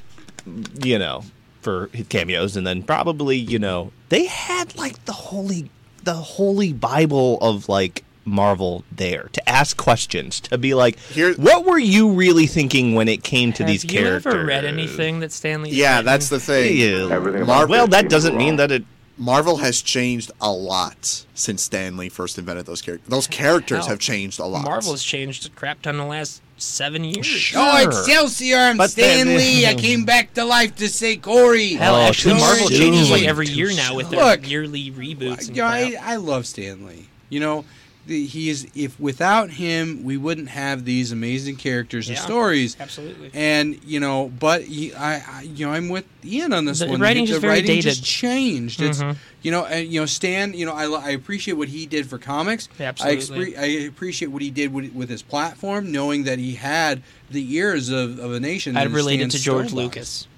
Speaker 3: you know, for his cameos, and then probably you know they had like the holy, the holy Bible of like Marvel there to ask questions to be like,
Speaker 5: Here-
Speaker 3: what were you really thinking when it came to
Speaker 2: Have
Speaker 3: these
Speaker 2: you
Speaker 3: characters?
Speaker 2: ever read anything that Stanley?
Speaker 5: Yeah, that's the thing.
Speaker 3: Yeah.
Speaker 8: Everything
Speaker 5: Marvel-
Speaker 8: about this
Speaker 3: Well, that
Speaker 8: seems
Speaker 3: doesn't mean
Speaker 8: wrong.
Speaker 3: that it.
Speaker 5: Marvel has changed a lot since Stanley first invented those characters. Those characters
Speaker 2: Hell.
Speaker 5: have changed a lot.
Speaker 2: Marvel's changed a crap ton in the last seven years.
Speaker 1: Oh, Excelsior! I'm
Speaker 3: But then-
Speaker 1: Stanley. I came back to life to say Corey.
Speaker 2: Hell,
Speaker 3: Oh,
Speaker 2: actually,
Speaker 1: too
Speaker 2: Marvel
Speaker 1: soon.
Speaker 2: changes like every
Speaker 3: Too
Speaker 2: year now with their
Speaker 1: Look,
Speaker 2: yearly reboots. And
Speaker 1: Yeah,
Speaker 2: crap.
Speaker 1: I, I love Stanley. You know, the, he is. If without him, we wouldn't have these amazing characters and
Speaker 2: Yeah,
Speaker 1: stories.
Speaker 2: absolutely.
Speaker 1: And you know, but he, I, I, you know, I'm with Ian on this
Speaker 2: The
Speaker 1: one.
Speaker 2: writing's
Speaker 1: the
Speaker 2: just very
Speaker 1: writing just
Speaker 2: dated. Mm-hmm.
Speaker 1: changed. It's you know, and you know, Stan. You know, I, lo- I appreciate what he did for comics.
Speaker 2: Yeah,
Speaker 1: I,
Speaker 2: absolutely.
Speaker 1: expre- I appreciate what he did with, with his platform, knowing that he had the ears of, of a nation.
Speaker 2: I
Speaker 1: in Stan
Speaker 2: related to George
Speaker 1: Stolbox
Speaker 2: Lucas.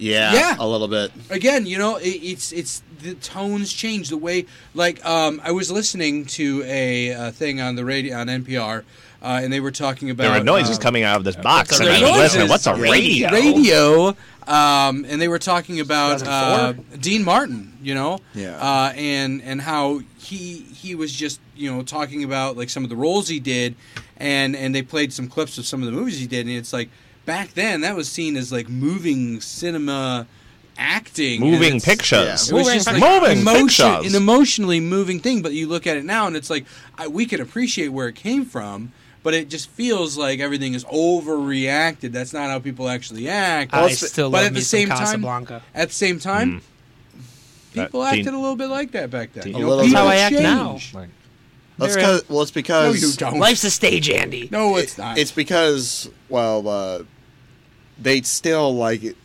Speaker 5: Yeah,
Speaker 1: Yeah.
Speaker 5: a little bit.
Speaker 1: again you know it, it's it's the tones change the way like um i was listening to a, uh thing on the radio on npr uh, and they were talking about
Speaker 3: There are noises
Speaker 1: um,
Speaker 3: coming out of this box.
Speaker 2: what's a
Speaker 3: and I'm
Speaker 2: radio?
Speaker 3: listening, What's a
Speaker 1: Ra-
Speaker 3: radio?
Speaker 1: radio um, and they were talking about uh,
Speaker 2: 2004?
Speaker 1: dean martin you know
Speaker 5: Yeah.
Speaker 1: uh, and and how he he was just you know talking about like some of the roles he did and and they played some clips of some of the movies he did and it's like back then that was seen as like moving cinema acting, and
Speaker 3: Moving
Speaker 1: it's-
Speaker 3: pictures.
Speaker 1: It was
Speaker 2: Moving
Speaker 1: just like
Speaker 3: pictures. Moving
Speaker 1: emotion,
Speaker 3: pictures.
Speaker 1: an emotionally moving thing. But you look at it now, and it's like I, we can appreciate where it came from, but it just feels like everything is overreacted. That's not how people actually act. Hmm.
Speaker 2: I still
Speaker 1: but
Speaker 2: love
Speaker 1: at
Speaker 2: me
Speaker 1: the
Speaker 2: some
Speaker 1: same
Speaker 2: Casablanca.
Speaker 1: time, at the same time, people
Speaker 3: That-
Speaker 1: acted a little bit like that back then.
Speaker 3: Teen-
Speaker 1: You
Speaker 5: A
Speaker 1: know,
Speaker 5: little
Speaker 1: people
Speaker 5: bit.
Speaker 2: That's how I act now.
Speaker 1: change.
Speaker 5: That's
Speaker 2: They're-
Speaker 5: cause, well, it's
Speaker 1: No, you
Speaker 5: because
Speaker 1: don't.
Speaker 2: Life's a stage, Andy.
Speaker 1: no, it's not.
Speaker 5: it's because well, uh, they still like it-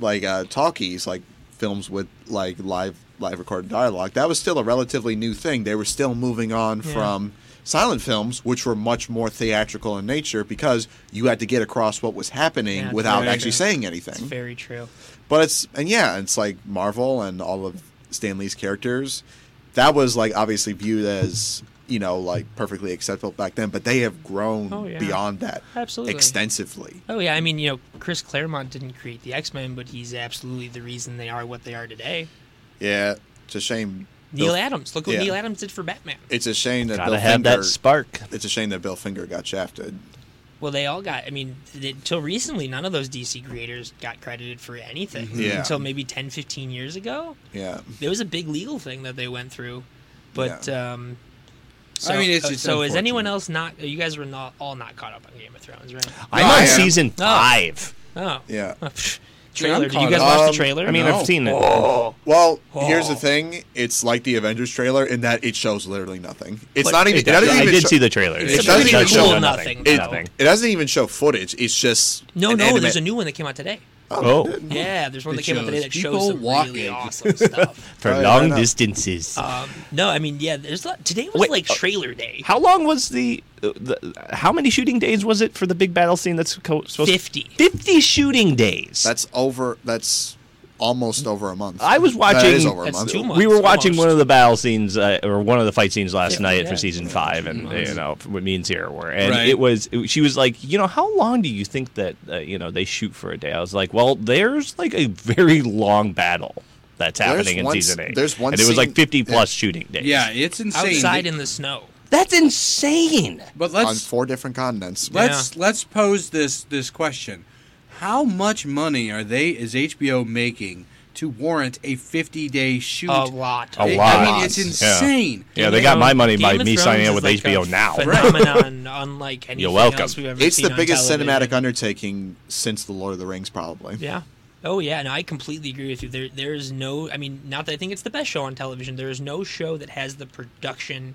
Speaker 5: like uh, talkies, like films with like live live recorded dialogue. That was still a relatively new thing. They were still moving on from silent films, which were much more theatrical in nature because you had to get across what was happening
Speaker 2: Yeah,
Speaker 5: without
Speaker 2: very
Speaker 5: actually
Speaker 2: true.
Speaker 5: saying anything.
Speaker 2: It's very true.
Speaker 5: But it's and yeah, it's like Marvel and all of Stan Lee's characters. That was like obviously viewed as you know like perfectly acceptable back then, but they have grown
Speaker 2: Oh, yeah.
Speaker 5: beyond that
Speaker 2: Absolutely.
Speaker 5: extensively.
Speaker 2: Oh yeah, I mean, you know, Chris Claremont didn't create the X Men, but he's absolutely the reason they are what they are today.
Speaker 5: Yeah, it's a shame.
Speaker 2: Neil
Speaker 5: Bill-
Speaker 2: Adams, look what
Speaker 5: yeah.
Speaker 2: Neil Adams did for Batman.
Speaker 5: It's a shame that
Speaker 3: Gotta
Speaker 5: Bill
Speaker 3: have
Speaker 5: Finger,
Speaker 3: that spark.
Speaker 5: It's a shame that Bill Finger got shafted.
Speaker 2: Well, they all got. I mean, th- until recently, none of those DC creators got credited for anything
Speaker 1: Mm-hmm.
Speaker 5: Yeah.
Speaker 2: until maybe 10, 15 years ago.
Speaker 5: Yeah,
Speaker 2: There was a big legal thing that they went through, but um, so,
Speaker 1: I mean, it's
Speaker 2: uh,
Speaker 1: just
Speaker 2: so is
Speaker 1: unfortunate.
Speaker 2: anyone else not? You guys were not all not caught up on Game of Thrones, right?
Speaker 3: I'm
Speaker 5: I
Speaker 3: on
Speaker 5: am.
Speaker 3: season five.
Speaker 2: Oh
Speaker 5: yeah.
Speaker 2: Pfft, trailer. Did you
Speaker 1: caught
Speaker 2: guys
Speaker 1: up.
Speaker 2: watch the
Speaker 5: Um,
Speaker 2: trailer?
Speaker 3: I mean,
Speaker 1: No.
Speaker 3: I've seen it.
Speaker 5: Oh, Well, here's the thing: it's like the Avengers trailer in that it shows literally nothing. It's
Speaker 3: But
Speaker 5: not even.
Speaker 3: it
Speaker 5: It doesn't
Speaker 3: does- I
Speaker 5: even
Speaker 3: did
Speaker 5: show-
Speaker 3: see the trailer.
Speaker 5: It
Speaker 2: does
Speaker 5: doesn't
Speaker 2: show
Speaker 5: even show
Speaker 2: nothing.
Speaker 5: It,
Speaker 3: Nothing.
Speaker 5: it doesn't even show footage. It's just
Speaker 2: no,
Speaker 5: an
Speaker 2: no.
Speaker 5: anime-
Speaker 2: There's a new one that came out today.
Speaker 3: Oh,
Speaker 2: Yeah, there's one
Speaker 1: It
Speaker 2: that came out
Speaker 1: shows
Speaker 2: today that
Speaker 1: people
Speaker 2: shows some really
Speaker 1: walking.
Speaker 2: awesome stuff.
Speaker 3: for
Speaker 5: Oh, yeah, why
Speaker 3: long
Speaker 5: not?
Speaker 3: distances.
Speaker 5: Uh,
Speaker 2: Um, no, I mean, yeah, there's a lot. Today was
Speaker 3: Wait,
Speaker 2: like
Speaker 3: uh,
Speaker 2: trailer day.
Speaker 3: How long was the, uh, the how many shooting days was it for the big battle scene that's co- supposed
Speaker 2: 50.
Speaker 3: 50 shooting days.
Speaker 5: That's over. That's almost over a month.
Speaker 3: I was watching-
Speaker 5: That is over
Speaker 2: That's
Speaker 5: a month.
Speaker 2: too much.
Speaker 3: we were
Speaker 2: Almost.
Speaker 3: watching one of the battle scenes uh, or one of the fight scenes last
Speaker 2: Yeah,
Speaker 3: night
Speaker 2: yeah.
Speaker 3: for season 5 and you know what me and Sarah were and
Speaker 1: Right.
Speaker 3: it was it- she was like, "You know, how long do you think that uh, you know they shoot for a day?" I was like, "Well, there's like a very long battle that's
Speaker 5: There's
Speaker 3: happening in
Speaker 5: one
Speaker 3: season
Speaker 5: s-
Speaker 3: 8."
Speaker 5: there's one
Speaker 3: and it was like
Speaker 5: scene-
Speaker 3: 50 plus shooting days.
Speaker 1: yeah, it's insane.
Speaker 2: Outside in the snow.
Speaker 3: That's insane.
Speaker 1: but
Speaker 5: on
Speaker 1: let's
Speaker 5: four different continents.
Speaker 1: Let's let's pose this this question: How much money are they is HBO making to warrant a fifty day shoot?
Speaker 2: A lot.
Speaker 3: A
Speaker 1: It-
Speaker 3: lot.
Speaker 1: I mean, it's insane.
Speaker 3: Yeah,
Speaker 2: Game
Speaker 3: they
Speaker 2: of
Speaker 3: got
Speaker 2: Thrones-
Speaker 3: my money by
Speaker 2: Game of
Speaker 3: me
Speaker 2: Thrones
Speaker 3: signing
Speaker 2: is
Speaker 3: up with
Speaker 2: like
Speaker 3: HBO
Speaker 2: a
Speaker 3: now.
Speaker 2: Phenomenon unlike anything
Speaker 3: welcome.
Speaker 2: else we've ever
Speaker 5: It's
Speaker 2: seen
Speaker 5: the
Speaker 2: on
Speaker 5: biggest
Speaker 2: television.
Speaker 5: cinematic undertaking since The Lord of the Rings, probably.
Speaker 2: Yeah. Oh yeah, no, I completely agree with you. There, there is no. I mean, not that I think it's the best show on television. There is no show that has the production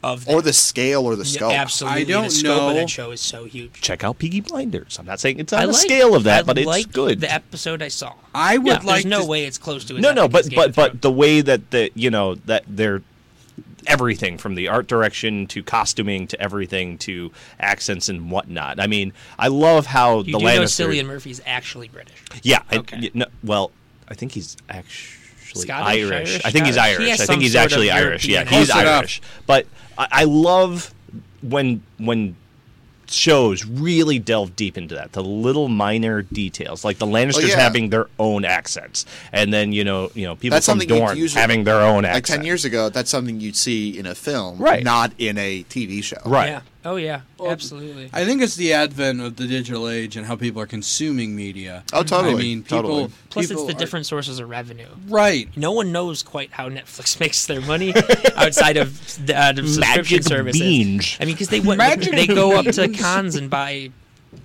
Speaker 2: of
Speaker 5: Or
Speaker 2: that.
Speaker 5: the scale or the
Speaker 2: Yeah,
Speaker 5: scope.
Speaker 2: Absolutely,
Speaker 1: I
Speaker 2: the
Speaker 1: don't
Speaker 2: scope of
Speaker 1: know.
Speaker 2: that show is so huge.
Speaker 3: Check out Peaky Blinders. I'm not saying it's on
Speaker 2: I
Speaker 3: the
Speaker 2: like-
Speaker 3: scale of that,
Speaker 2: I
Speaker 3: but it's
Speaker 2: like
Speaker 3: good.
Speaker 2: The episode I saw.
Speaker 1: I would
Speaker 2: Yeah,
Speaker 1: like
Speaker 2: There's no
Speaker 1: to-
Speaker 2: way it's close to it.
Speaker 3: no, no, but but but the way that the you know that they're everything from the art direction to costuming to everything to accents and whatnot. I mean, I love how
Speaker 2: you
Speaker 3: the
Speaker 2: do know
Speaker 3: Lannister.
Speaker 2: Cillian Murphy's actually British.
Speaker 3: yeah, I,
Speaker 2: Okay.
Speaker 3: y- no, well, I think he's actually.
Speaker 2: Scottish,
Speaker 3: Irish.
Speaker 2: Irish,
Speaker 3: I think he's
Speaker 2: Scottish. He
Speaker 3: Irish.
Speaker 2: has
Speaker 3: I
Speaker 2: some
Speaker 3: think he's
Speaker 2: sort of
Speaker 3: actually Irish. Yeah,
Speaker 2: European
Speaker 3: he's
Speaker 1: accent. Close
Speaker 3: Irish. But I, I love when when shows really delve deep into that the little minor details like the lannisters
Speaker 5: Oh, yeah.
Speaker 3: having their own accents and then you know you know people
Speaker 5: That's
Speaker 3: from
Speaker 5: something you'd
Speaker 3: dorn
Speaker 5: usually-
Speaker 3: having their own accent
Speaker 5: Like 10 years ago, that's something you'd see in a film,
Speaker 3: Right.
Speaker 5: not in a TV show.
Speaker 3: right
Speaker 2: Yeah. Oh yeah. Absolutely.
Speaker 1: I think it's the advent of the digital age and how people are consuming media.
Speaker 5: Oh, totally,
Speaker 1: I mean, people.
Speaker 5: totally.
Speaker 2: Plus, it's
Speaker 1: people
Speaker 2: the
Speaker 1: are-
Speaker 2: different sources of revenue.
Speaker 1: Right.
Speaker 2: No one knows quite how Netflix makes their money outside of, the- out of subscription
Speaker 3: Magic
Speaker 2: services.
Speaker 3: beans.
Speaker 2: I mean, because they went,
Speaker 1: Magic
Speaker 2: they go up to
Speaker 1: beans.
Speaker 2: cons and buy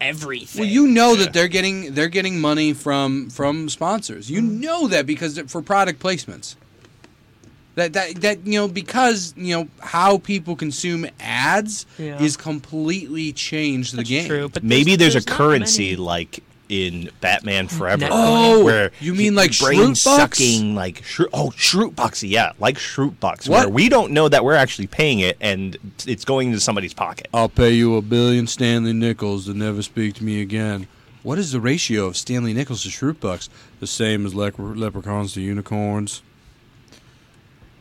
Speaker 2: everything.
Speaker 1: Well, you know that they're getting they're getting money from from sponsors. You
Speaker 2: Mm-hmm.
Speaker 1: know that because they're- for product placements. That that that you know because you know how people consume ads
Speaker 2: Yeah.
Speaker 1: is completely changed the game.
Speaker 2: True, but
Speaker 3: maybe there's, a
Speaker 2: not
Speaker 3: currency
Speaker 2: many.
Speaker 3: like in Batman Forever.
Speaker 2: Net Oh,
Speaker 3: where
Speaker 1: you mean
Speaker 3: he-
Speaker 1: like
Speaker 3: brain
Speaker 1: Shroot Box?
Speaker 3: sucking, like shro- oh shroot box, yeah, like shroot box, where
Speaker 1: What?
Speaker 3: we don't know that we're actually paying it and it's going into somebody's pocket.
Speaker 5: Oh.
Speaker 1: I'll pay you a billion Stanley Nichols to never speak to me again. What is the ratio of Stanley Nichols to Shroot Bucks? The same as lepre- leprechauns to unicorns.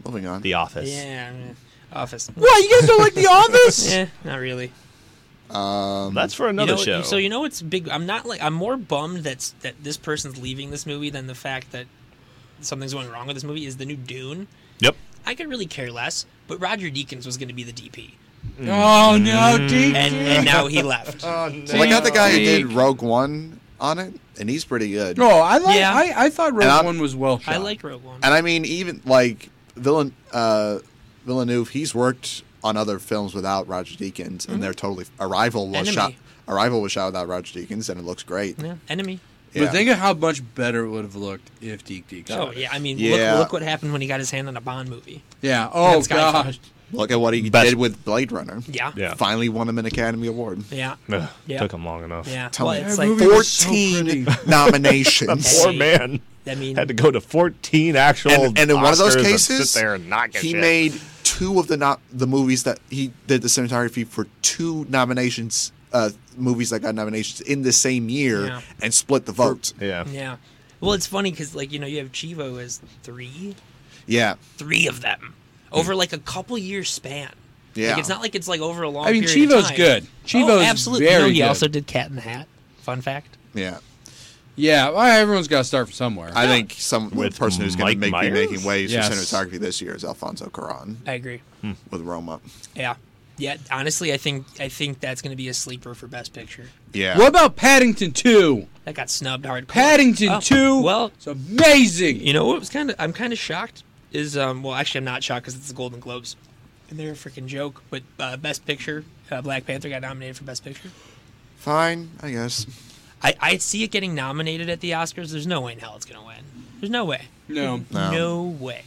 Speaker 5: Moving on.
Speaker 3: The Office.
Speaker 2: Yeah, I mean, Office.
Speaker 1: What? You guys don't like The Office?
Speaker 2: Yeah, not really.
Speaker 5: Um,
Speaker 3: That's for
Speaker 2: You
Speaker 3: another
Speaker 2: know,
Speaker 3: show.
Speaker 2: So you know what's big? I'm not like I'm more bummed that's that this person's leaving this movie than the fact that something's going wrong with this movie. Is the new Dune?
Speaker 3: yep.
Speaker 2: I could really care less, but Roger Deakins was going to be the DP,
Speaker 1: Oh
Speaker 2: Mm.
Speaker 1: no, Deke.
Speaker 2: and and now he left.
Speaker 5: Well, I got the guy who did Rogue One on it. and he's pretty good.
Speaker 1: No, Oh, I like.
Speaker 2: Yeah.
Speaker 1: I, I thought
Speaker 5: And
Speaker 1: Rogue
Speaker 5: I'm-
Speaker 1: One was well shot.
Speaker 2: I like Rogue One.
Speaker 5: And I mean, even like Villan uh, Villeneuve, he's worked on other films without Roger Deakins, and they're totally Arrival was
Speaker 2: Mm-hmm. Enemy.
Speaker 5: shot. Arrival was shot without Roger Deakins, and it looks great.
Speaker 2: yeah, enemy.
Speaker 1: But think of how much better it would have looked if Deke Deke.
Speaker 2: Oh
Speaker 1: shot it.
Speaker 2: yeah, I mean,
Speaker 5: Yeah.
Speaker 2: look, look what happened when he got his hand on a Bond movie.
Speaker 1: Yeah. Oh
Speaker 2: That's Skyfall.
Speaker 1: gosh.
Speaker 5: Look at what he
Speaker 3: Best-
Speaker 5: did with Blade Runner.
Speaker 2: Yeah,
Speaker 3: Yeah.
Speaker 5: Finally won him an Academy Award.
Speaker 2: yeah,
Speaker 3: Ugh,
Speaker 2: Yeah.
Speaker 3: Took him long enough.
Speaker 2: yeah.
Speaker 5: Tell
Speaker 2: well,
Speaker 5: me.
Speaker 2: it's
Speaker 1: That
Speaker 2: like
Speaker 1: movie was so
Speaker 5: 14
Speaker 1: pretty.
Speaker 5: nominations.
Speaker 2: Hey,
Speaker 3: Poor man.
Speaker 2: I mean,
Speaker 3: Had to go to 14 actual
Speaker 5: and, and in one of those
Speaker 3: Oscars and
Speaker 5: cases,
Speaker 3: sit there and not get
Speaker 5: he
Speaker 3: shit.
Speaker 5: made two of the not the movies that he did the cinematography for two nominations, uh, movies that got nominations in the same year,
Speaker 2: Yeah.
Speaker 5: and split the vote.
Speaker 3: Yeah.
Speaker 2: yeah. Well, it's funny because like you know you have Chivo as three,
Speaker 5: yeah,
Speaker 2: three of them over like a couple year span.
Speaker 5: Yeah.
Speaker 2: like, it's not like it's like over a long.
Speaker 1: I mean,
Speaker 2: period of
Speaker 1: Chivo's
Speaker 2: time.
Speaker 1: good.
Speaker 2: oh,
Speaker 1: Chivo's
Speaker 2: absolutely.
Speaker 1: very
Speaker 2: no, he
Speaker 1: good.
Speaker 2: also did Cat in the Hat. Fun fact.
Speaker 5: yeah.
Speaker 1: Yeah. Well, everyone's got to start from somewhere.
Speaker 5: I think some the
Speaker 3: With
Speaker 5: person who's going
Speaker 3: Mike
Speaker 5: to make, be
Speaker 3: Myers?
Speaker 5: making waves
Speaker 1: Yes.
Speaker 5: for cinematography this year is Alfonso Cuarón
Speaker 2: I agree.
Speaker 5: with Roma.
Speaker 2: Yeah, yeah. Honestly, I think I think that's going to be a sleeper for Best Picture.
Speaker 5: Yeah,
Speaker 1: what about Paddington Two?
Speaker 2: That got snubbed hard.
Speaker 1: Paddington Two.
Speaker 2: Oh, Well,
Speaker 1: it's amazing.
Speaker 2: You know what was kind of I'm kind of shocked is um well actually I'm not shocked because it's the Golden Globes and they're a freaking joke. But uh, Best Picture, uh, Black Panther got nominated for Best Picture.
Speaker 5: fine, I guess.
Speaker 2: I I see it getting nominated at the Oscars. There's no way in hell it's gonna win. There's no way.
Speaker 1: no.
Speaker 5: No.
Speaker 2: No way.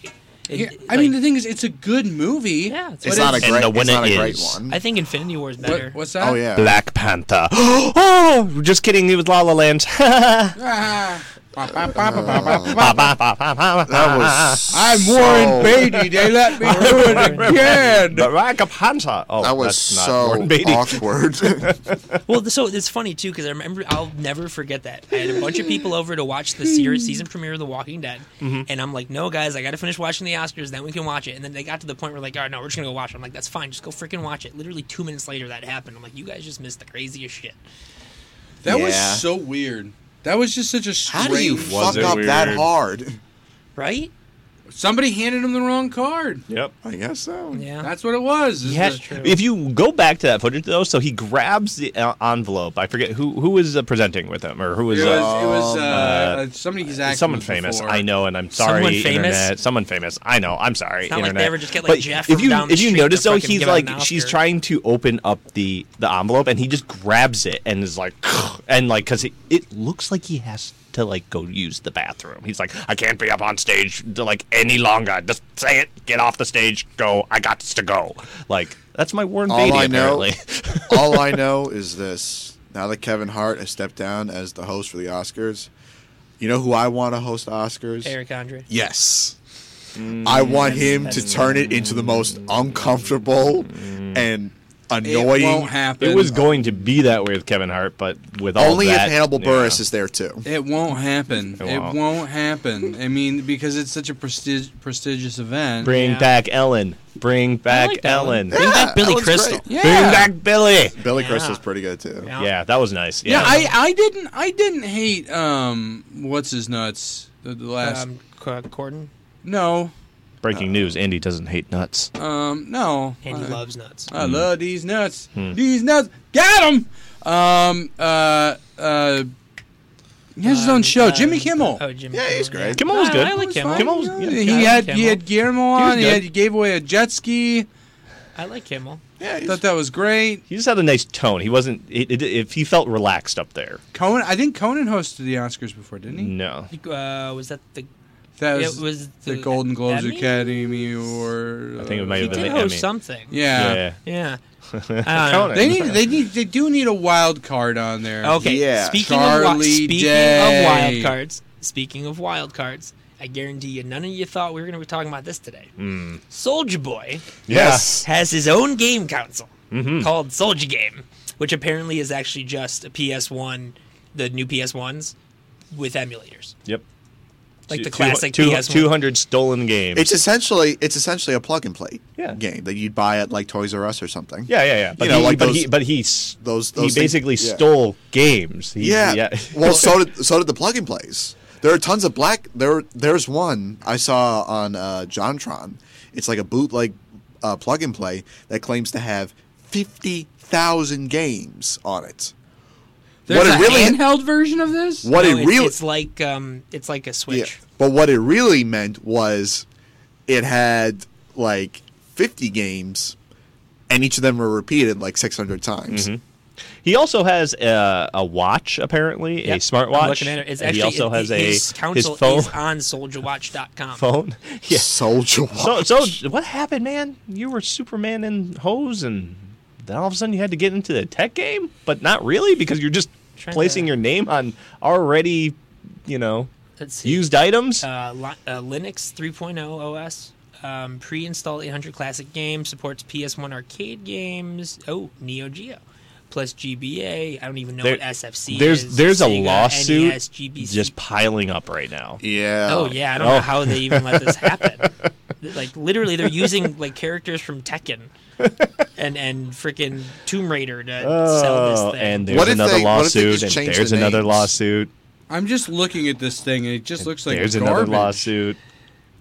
Speaker 2: It-
Speaker 1: Yeah,
Speaker 2: it-
Speaker 1: I mean, the
Speaker 2: like,
Speaker 1: thing is, it's a good movie.
Speaker 2: yeah, it's,
Speaker 5: It's
Speaker 2: what
Speaker 5: not
Speaker 2: it
Speaker 5: a
Speaker 2: is.
Speaker 3: And
Speaker 5: great.
Speaker 3: the
Speaker 5: It's not a
Speaker 3: winner
Speaker 5: great
Speaker 3: is-
Speaker 5: one.
Speaker 2: I think Infinity War is better.
Speaker 1: What, what's that?
Speaker 5: oh yeah,
Speaker 3: Black Panther. oh, just kidding. It was La La Land. Ba, ba, ba, ba, ba, ba.
Speaker 5: that was.
Speaker 1: I'm
Speaker 5: so-
Speaker 1: Warren Beatty. They let me do it again.
Speaker 3: Barack Panther. Oh,
Speaker 5: That was
Speaker 3: that's not
Speaker 5: so
Speaker 3: Warren Beatty.
Speaker 5: awkward.
Speaker 2: Well, th- so it's funny too because I remember I'll never forget that I had a bunch of people over to watch the series season premiere of The Walking Dead,
Speaker 1: Mm-hmm.
Speaker 2: and I'm like, "No, guys, I got to finish watching the Oscars, then we can watch it." And then they got to the point where like, "All right, no, we're just gonna go watch." it. I'm like, "That's fine, just go freaking watch it." Literally two minutes later, that happened. I'm like, "You guys just missed the craziest shit."
Speaker 1: That was
Speaker 5: Yeah.
Speaker 1: so weird. That was just such a
Speaker 5: How
Speaker 1: strange.
Speaker 5: do you
Speaker 3: Was
Speaker 5: fuck
Speaker 3: it
Speaker 5: up that
Speaker 3: weird?
Speaker 5: hard?
Speaker 2: Right?
Speaker 1: Somebody handed him the wrong card.
Speaker 3: Yep.
Speaker 5: I guess so.
Speaker 2: Yeah.
Speaker 1: That's what it was. is
Speaker 3: Yeah,
Speaker 1: the-
Speaker 3: if you go back to that footage though, so he grabs the uh, envelope. I forget who who was uh, presenting with him or who was,
Speaker 1: It was, it
Speaker 3: uh,
Speaker 1: was uh,
Speaker 3: uh,
Speaker 1: somebody he's acting
Speaker 3: someone
Speaker 1: with
Speaker 3: famous.
Speaker 1: before.
Speaker 3: I know, and I'm
Speaker 2: Someone
Speaker 3: sorry,
Speaker 2: famous?
Speaker 3: internet. Someone famous. I know. I'm sorry,
Speaker 2: not like
Speaker 3: internet.
Speaker 2: they ever just get, like,
Speaker 3: But
Speaker 2: Jeff
Speaker 3: if
Speaker 2: from
Speaker 3: you
Speaker 2: down the
Speaker 3: if you
Speaker 2: street to
Speaker 3: notice though,
Speaker 2: fucking
Speaker 3: he's
Speaker 2: give out an
Speaker 3: like she's
Speaker 2: Oscar.
Speaker 3: trying to open up the the envelope, and he just grabs it and is like, and like because it, it looks like he has to like go use the bathroom. He's like, I can't be up on stage to, like any longer. Just say it. Get off the stage. Go. I got to go. Like that's my Warren
Speaker 5: All
Speaker 3: Beatty
Speaker 5: I know,
Speaker 3: apparently.
Speaker 5: all I know is this: now that Kevin Hart has stepped down as the host for the Oscars, you know who I want to host Oscars? Mm.
Speaker 2: Eric Andre.
Speaker 5: Yes. I want him to
Speaker 2: that's- Mm.
Speaker 5: turn it into the most uncomfortable and
Speaker 1: It
Speaker 5: annoying.
Speaker 1: won't happen.
Speaker 3: It was going to be that way with Kevin Hart, but with all
Speaker 5: Only
Speaker 3: that,
Speaker 5: if Hannibal
Speaker 3: yeah.
Speaker 5: Burris is there too.
Speaker 1: It won't happen. It won't.
Speaker 3: won't.
Speaker 1: happen. I mean, because it's such a prestig- prestigious event.
Speaker 3: Bring
Speaker 2: Yeah.
Speaker 3: back Ellen. Bring back
Speaker 2: liked Ellen.
Speaker 3: Ellen.
Speaker 2: Bring back Billy
Speaker 5: Ellen's
Speaker 2: Crystal.
Speaker 5: great.
Speaker 1: Yeah.
Speaker 3: Bring back Billy.
Speaker 5: Billy
Speaker 2: Yeah.
Speaker 5: Crystal's pretty good too.
Speaker 2: Yeah.
Speaker 3: Yeah, that was nice.
Speaker 1: Yeah,
Speaker 3: Yeah,
Speaker 1: I, I didn't I didn't hate um what's his nuts the, the last
Speaker 2: Um, C- uh, Corden.
Speaker 1: no
Speaker 3: breaking news: Andy doesn't hate nuts.
Speaker 2: Uh,
Speaker 1: um no
Speaker 2: And
Speaker 1: I-
Speaker 2: he loves nuts.
Speaker 3: Hmm.
Speaker 1: I love these nuts. These nuts, got him. Um, uh, uh, he has his own
Speaker 2: Um,
Speaker 1: show.
Speaker 2: uh,
Speaker 1: Jimmy Kimmel.
Speaker 2: Oh, Jimmy.
Speaker 5: Yeah, he's
Speaker 2: Kimmel,
Speaker 5: great.
Speaker 3: Kimmel was
Speaker 2: I-
Speaker 3: good.
Speaker 2: I like Kimmel.
Speaker 3: Kimmel was-
Speaker 1: he
Speaker 3: yeah.
Speaker 1: had
Speaker 2: Kimmel.
Speaker 1: he had Guillermo
Speaker 3: was
Speaker 1: on. He,
Speaker 3: good.
Speaker 1: had, he gave away a jet ski.
Speaker 2: I like Kimmel.
Speaker 5: Yeah,
Speaker 1: I
Speaker 5: he's-
Speaker 1: thought that was great.
Speaker 3: He just had a nice tone. He wasn't. It, it, if he felt relaxed up there,
Speaker 1: Conan, I think Conan hosted the Oscars before, didn't he?
Speaker 3: no.
Speaker 2: Uh, was that the?
Speaker 1: That
Speaker 2: It
Speaker 1: was,
Speaker 2: was
Speaker 1: the
Speaker 2: the
Speaker 1: Golden Globes
Speaker 2: Emmy?
Speaker 1: Academy, or uh,
Speaker 3: I think it might
Speaker 2: He
Speaker 3: have been
Speaker 2: did
Speaker 3: the
Speaker 2: host
Speaker 3: Emmy.
Speaker 2: something.
Speaker 1: Yeah.
Speaker 3: yeah.
Speaker 2: Yeah. I don't know.
Speaker 3: Conan.
Speaker 1: they need they need they do need a wild card on there.
Speaker 2: Okay.
Speaker 5: Yeah.
Speaker 2: Speaking of wi-
Speaker 1: Charlie
Speaker 2: speaking
Speaker 1: Day.
Speaker 2: of wild cards, speaking of wild cards, I guarantee you, none of you thought we were going to be talking about this today. Soldier Boy
Speaker 3: Yes.
Speaker 2: has his own game console called Soldier Game, which apparently is actually just a PS1, the new PS1s with emulators,
Speaker 3: Yep.
Speaker 2: like the
Speaker 3: Two-
Speaker 2: classic
Speaker 3: two-
Speaker 2: PS1.
Speaker 3: 200 stolen games.
Speaker 5: It's essentially it's essentially a plug and play
Speaker 3: Yeah.
Speaker 5: game that you'd buy at like Toys R Us or something.
Speaker 3: yeah, yeah, yeah. But,
Speaker 5: know,
Speaker 3: he,
Speaker 5: like
Speaker 3: but
Speaker 5: those-
Speaker 3: he, but he, s-
Speaker 5: those- those
Speaker 3: he
Speaker 5: things-
Speaker 3: basically
Speaker 5: yeah.
Speaker 3: stole games. He,
Speaker 5: Yeah. well, so did so did the plug and plays. There are tons of black. There, there's one I saw on uh, JonTron. It's like a bootleg uh, plug and play that claims to have fifty thousand games on it.
Speaker 1: There's
Speaker 5: what
Speaker 1: a
Speaker 5: it really
Speaker 1: handheld version of this.
Speaker 5: what
Speaker 2: No,
Speaker 5: it
Speaker 2: it's-
Speaker 5: really
Speaker 2: it's like um, it's like a switch.
Speaker 5: Yeah. But what it really meant was it had like 50 games and each of them were repeated like 600 times.
Speaker 3: He also has a, a watch, apparently a
Speaker 2: Yep, I'm
Speaker 3: smartwatch.
Speaker 2: looking at it. It's
Speaker 3: and
Speaker 2: actually,
Speaker 3: he also
Speaker 2: it-
Speaker 3: has a
Speaker 2: his
Speaker 3: his,
Speaker 2: counsel
Speaker 3: phone.
Speaker 2: is on soldierwatch.com.
Speaker 3: phone. Yeah.
Speaker 5: Soldier
Speaker 3: So
Speaker 5: Watch.
Speaker 3: so what happened, man? You were Superman in hose, and then all of a sudden you had to get into the tech game, but not really because you're just
Speaker 2: Trying
Speaker 3: placing
Speaker 2: to-
Speaker 3: your name on already, you know,
Speaker 2: Let's see.
Speaker 3: used items.
Speaker 2: uh, li- uh, Linux 3.0 OS. Um, pre-installed 800 classic games. Supports PS1 arcade games. Oh, Neo Geo. Plus GBA. I don't even know
Speaker 3: There-
Speaker 2: what SFC
Speaker 3: there's
Speaker 2: is.
Speaker 3: there's a
Speaker 2: Sega, E
Speaker 3: lawsuit
Speaker 2: NES, GBC.
Speaker 3: just piling up right now.
Speaker 5: Yeah.
Speaker 2: Oh yeah, I don't
Speaker 3: Oh.
Speaker 2: know how they even let this happen. like literally, they're using like characters from Tekken and and freaking Tomb Raider to sell this
Speaker 3: Oh,
Speaker 2: thing.
Speaker 3: and there's
Speaker 5: What if
Speaker 3: another
Speaker 5: they- what if they
Speaker 3: lawsuit,
Speaker 5: just
Speaker 3: and
Speaker 5: change the
Speaker 3: there's another
Speaker 5: names?
Speaker 3: lawsuit.
Speaker 1: I'm just looking at this thing, and it just looks like
Speaker 3: there's
Speaker 1: garbage.
Speaker 3: another lawsuit.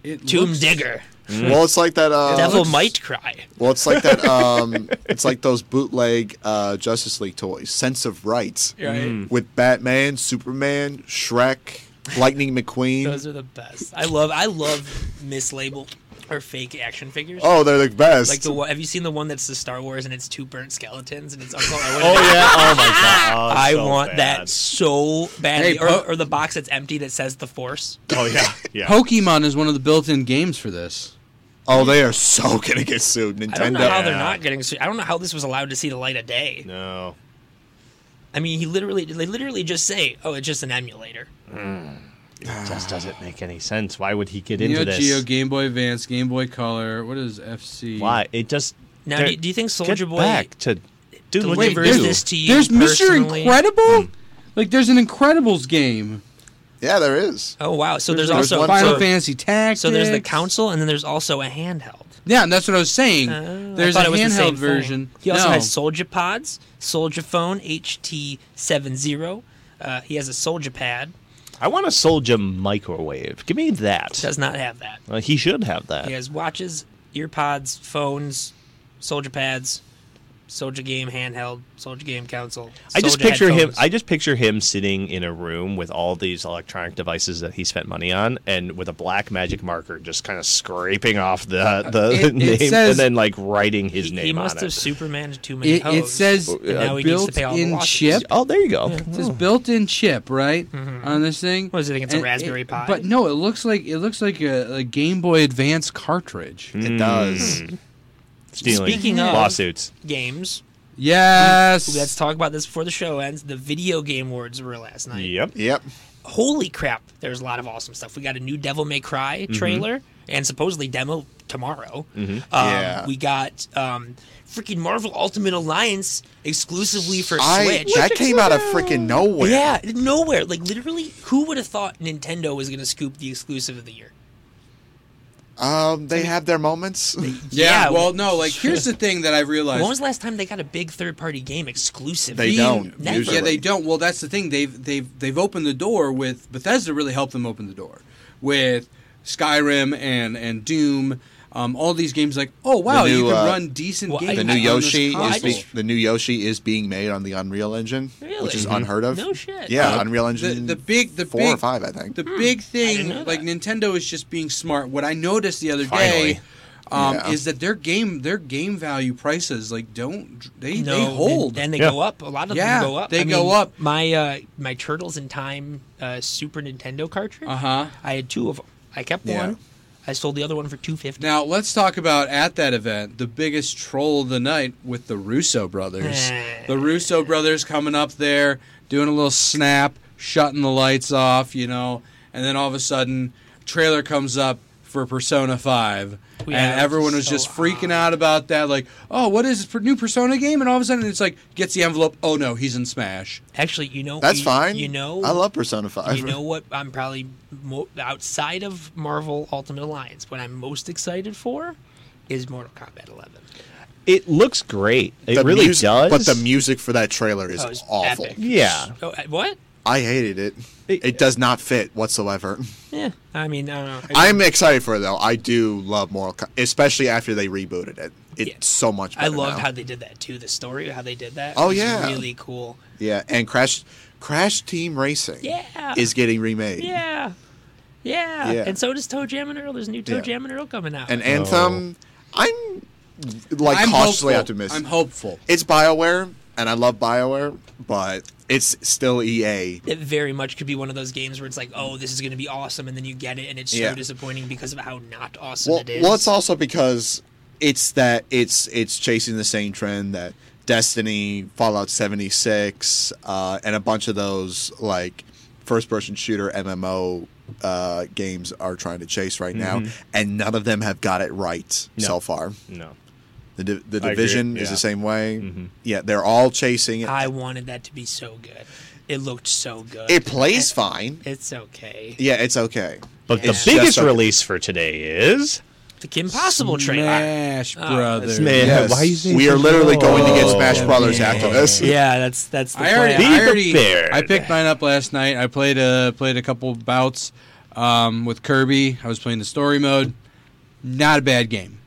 Speaker 1: It
Speaker 2: Tomb
Speaker 1: looks-
Speaker 2: Digger,
Speaker 5: Well, it's like that. Uh,
Speaker 2: Devil Might Cry.
Speaker 5: Well, it's like that. Um, it's like those bootleg uh, Justice League toys, Sense of Rights,
Speaker 2: Right?
Speaker 3: Mm.
Speaker 5: with Batman, Superman, Shrek, Lightning McQueen.
Speaker 2: Those are the best. I love I love mislabel or fake action figures.
Speaker 5: oh, they're the best.
Speaker 2: Like the one, have you seen the one that's the Star Wars and it's two burnt skeletons and it's Uncle Owen?
Speaker 3: Oh yeah! Oh my god! Oh,
Speaker 2: I
Speaker 3: so
Speaker 2: want
Speaker 3: bad.
Speaker 2: that so badly.
Speaker 1: Hey,
Speaker 2: or,
Speaker 1: Po-
Speaker 2: or the box that's empty that says the Force.
Speaker 3: Oh yeah! Yeah.
Speaker 1: Pokemon is one of the built-in games for this.
Speaker 5: oh, they are so gonna get sued, Nintendo.
Speaker 2: I don't know how they're
Speaker 3: Yeah.
Speaker 2: not getting. Sued. I don't know how this was allowed to see the light of day.
Speaker 3: No.
Speaker 2: I mean, he literally they literally just say, "Oh, it's just an emulator."
Speaker 3: just doesn't make any sense. Why would he get into
Speaker 1: Neo
Speaker 3: this?
Speaker 1: Geo, Game Boy Advance, Game Boy Color. What is FC?
Speaker 3: Why? It just.
Speaker 2: Now,
Speaker 3: There-
Speaker 2: do you- do you think
Speaker 3: get
Speaker 2: Soulja Boy
Speaker 3: back to do what
Speaker 2: delivers
Speaker 3: you
Speaker 1: there's,
Speaker 3: do.
Speaker 2: this to you
Speaker 1: there's Mr.
Speaker 2: personally? Hmm.
Speaker 1: Incredible. Like there's an Incredibles game.
Speaker 5: Yeah, there is.
Speaker 2: Oh wow! So there's,
Speaker 5: There's
Speaker 2: also
Speaker 5: one
Speaker 1: Final
Speaker 2: so,
Speaker 1: Fantasy Tactics.
Speaker 2: so there's the console, and then there's also a handheld.
Speaker 1: Yeah, and that's what I was saying.
Speaker 2: Oh, I
Speaker 1: there's a
Speaker 2: thought it was the same
Speaker 1: handheld
Speaker 2: thing.
Speaker 1: version.
Speaker 2: He also
Speaker 1: no.
Speaker 2: has Soldier Pods, Soldier Phone, HT70. Uh, he has a Soldier Pad.
Speaker 3: I want a Soldier microwave. Give me that.
Speaker 2: Does not have that.
Speaker 3: Uh, he should have that.
Speaker 2: He has watches, earpods, phones, Soldier Pads, Soldier Game handheld, Soldier Game console.
Speaker 3: I just
Speaker 2: Soldier
Speaker 3: picture
Speaker 2: headphones.
Speaker 3: him. I just picture him sitting in a room with all these electronic devices that he spent money on, and with a black magic marker, just kind of scraping off the the
Speaker 1: It- it
Speaker 3: name,
Speaker 1: says-
Speaker 3: and then like writing his
Speaker 2: he,
Speaker 3: name
Speaker 2: he must
Speaker 3: on
Speaker 2: have
Speaker 3: it.
Speaker 2: Supermaned too many
Speaker 1: It, it
Speaker 2: hoes,
Speaker 1: says
Speaker 2: and now he needs to pay all the
Speaker 1: built-in
Speaker 2: losses.
Speaker 1: chip.
Speaker 3: oh, there you go.
Speaker 1: It says built-in chip, right? On this thing.
Speaker 2: Mm-hmm. What is it, think it's a
Speaker 1: And
Speaker 2: Raspberry
Speaker 1: it-
Speaker 2: Pi?
Speaker 1: But no, it looks like it looks like a, a Game Boy Advance cartridge.
Speaker 5: It does.
Speaker 3: Stealing
Speaker 2: Speaking of-
Speaker 3: lawsuits.
Speaker 2: Games.
Speaker 1: Yes.
Speaker 2: Let's talk about this before the show ends. The video game awards were last night.
Speaker 3: Yep.
Speaker 5: Yep.
Speaker 2: Holy crap! There's a lot of awesome stuff. We got a new Devil May Cry
Speaker 5: Mm-hmm.
Speaker 2: trailer and supposedly demo tomorrow. Um,
Speaker 5: Yeah.
Speaker 2: We got um, freaking Marvel Ultimate Alliance exclusively for
Speaker 5: I
Speaker 2: Switch.
Speaker 5: that came out of freaking nowhere.
Speaker 2: Yeah, nowhere. Like literally, who would have thought Nintendo was going to scoop the exclusive of the year?
Speaker 5: Um, they have their moments.
Speaker 1: yeah,
Speaker 2: yeah,
Speaker 1: Well,
Speaker 2: we-
Speaker 1: no. Like here's the thing that I realized.
Speaker 2: When was the last time they got a big third-party game exclusive?
Speaker 5: They
Speaker 1: Being-
Speaker 5: don't,
Speaker 2: Never.
Speaker 5: usually.
Speaker 1: Yeah, they don't. Well, that's the thing. They've they've they've opened the door with Bethesda. Really helped them open the door with Skyrim and and Doom. Um, all these games, like oh wow, you
Speaker 5: new,
Speaker 1: can
Speaker 5: uh,
Speaker 1: run decent
Speaker 2: well, I-
Speaker 1: games.
Speaker 5: The
Speaker 2: I-
Speaker 5: new
Speaker 1: on this
Speaker 5: Yoshi
Speaker 2: Oh, I
Speaker 5: is
Speaker 1: console.
Speaker 5: be, the new Yoshi is being made on the Unreal Engine, which is
Speaker 2: Really?
Speaker 5: unheard of.
Speaker 2: No shit.
Speaker 5: Yeah,
Speaker 2: Yep.
Speaker 5: Unreal
Speaker 1: the,
Speaker 5: Engine.
Speaker 1: the big the
Speaker 5: four
Speaker 1: big,
Speaker 5: or five, I think.
Speaker 1: The big
Speaker 2: Hmm, know
Speaker 1: thing, like
Speaker 2: that.
Speaker 1: Nintendo is just being smart. What I noticed the other
Speaker 3: Finally.
Speaker 1: day um,
Speaker 5: Yeah.
Speaker 1: is that their game their game value prices like don't they
Speaker 2: No,
Speaker 1: they hold.
Speaker 2: and, and they
Speaker 3: Yeah.
Speaker 2: go up. A lot of
Speaker 1: Yeah,
Speaker 2: them go up.
Speaker 1: they
Speaker 2: I
Speaker 1: go
Speaker 2: mean,
Speaker 1: up.
Speaker 2: My uh, my Turtles in Time uh, Super Nintendo cartridge.
Speaker 1: uh huh.
Speaker 2: I had two of them. I kept
Speaker 5: Uh-huh. Yeah.
Speaker 2: one. I sold the other one for two fifty.
Speaker 1: Now let's talk about at that event the biggest troll of the night with the Russo brothers. the Russo brothers coming up there, doing a little snap, shutting the lights off, you know, and then all of a sudden, trailer comes up for Persona Five,
Speaker 2: Yeah,
Speaker 1: and
Speaker 2: it was
Speaker 1: everyone was
Speaker 2: so
Speaker 1: just freaking
Speaker 2: odd.
Speaker 1: out about that. Like, oh, what is this per- new Persona game? And all of a sudden, it's like gets the envelope. Oh no, he's in Smash.
Speaker 2: Actually, you know
Speaker 5: That's
Speaker 2: you-
Speaker 5: fine.
Speaker 2: You know,
Speaker 5: I love Persona Five.
Speaker 2: You know what? I'm probably mo- outside of Marvel Ultimate Alliance. What I'm most excited for is Mortal Kombat 11.
Speaker 3: It looks great. It
Speaker 5: The
Speaker 3: really
Speaker 5: music-
Speaker 3: does.
Speaker 5: But the music for that trailer is
Speaker 2: Oh, it's
Speaker 5: awful.
Speaker 2: epic.
Speaker 3: Yeah.
Speaker 2: Oh, uh, what?
Speaker 5: I hated it.
Speaker 3: It-
Speaker 5: It does not fit whatsoever.
Speaker 2: Yeah, I mean, I don't know. I,
Speaker 5: I'm excited for it though. I do love Mortal Kombat, especially after they rebooted it. It's
Speaker 2: Yeah.
Speaker 5: so much
Speaker 2: I
Speaker 5: better.
Speaker 2: loved
Speaker 5: now.
Speaker 2: how they did that too. The story, how they did that.
Speaker 5: Oh,
Speaker 2: was
Speaker 5: yeah.
Speaker 2: really cool.
Speaker 5: Yeah, and Crash Crash Team Racing
Speaker 2: Yeah.
Speaker 5: is getting remade.
Speaker 2: Yeah. Yeah.
Speaker 5: Yeah.
Speaker 2: and so does Toe Jam and Earl. There's a new Toe
Speaker 5: Yeah.
Speaker 2: Jam and Earl coming out.
Speaker 5: And Anthem, I'm like
Speaker 1: I'm
Speaker 5: cautiously
Speaker 1: hopeful.
Speaker 5: optimistic.
Speaker 1: I'm hopeful.
Speaker 5: it's BioWare, and I love BioWare, but it's still e- EA.
Speaker 2: it very much could be one of those games where it's like, oh, this is going to be awesome, and then you get it, and it's so
Speaker 5: Yeah.
Speaker 2: disappointing because of how not awesome
Speaker 5: Well,
Speaker 2: it is.
Speaker 5: well, it's also because it's that it's it's chasing the same trend that Destiny, Fallout 76, uh, and a bunch of those like first-person shooter MMO uh, games are trying to chase right now, and none of them have got it right
Speaker 3: Mm-hmm. No.
Speaker 5: so far.
Speaker 3: No.
Speaker 5: The, di- the
Speaker 3: I agree,
Speaker 5: division is
Speaker 3: yeah. Mm-hmm.
Speaker 5: the same way. Yeah, they're all chasing it.
Speaker 2: I wanted that to be so good. It looked so good.
Speaker 5: it plays fine.
Speaker 2: It's okay.
Speaker 5: Yeah, it's okay.
Speaker 3: But the
Speaker 5: It's
Speaker 3: biggest
Speaker 5: just a-
Speaker 3: release for today is
Speaker 2: The Kim Possible trailer. Ah,
Speaker 1: Smash Brothers.
Speaker 3: Smash. Yeah, why you say
Speaker 5: we are
Speaker 3: something
Speaker 5: literally going to get
Speaker 3: else?
Speaker 5: Smash Brothers
Speaker 2: Yeah.
Speaker 5: after this.
Speaker 2: Yeah, that's that's the
Speaker 1: I already,
Speaker 2: plan.
Speaker 3: Be
Speaker 1: I already,
Speaker 3: prepared.
Speaker 1: I picked mine up last night. I played a played a couple bouts um, with Kirby. I was playing the story mode. Not a bad game.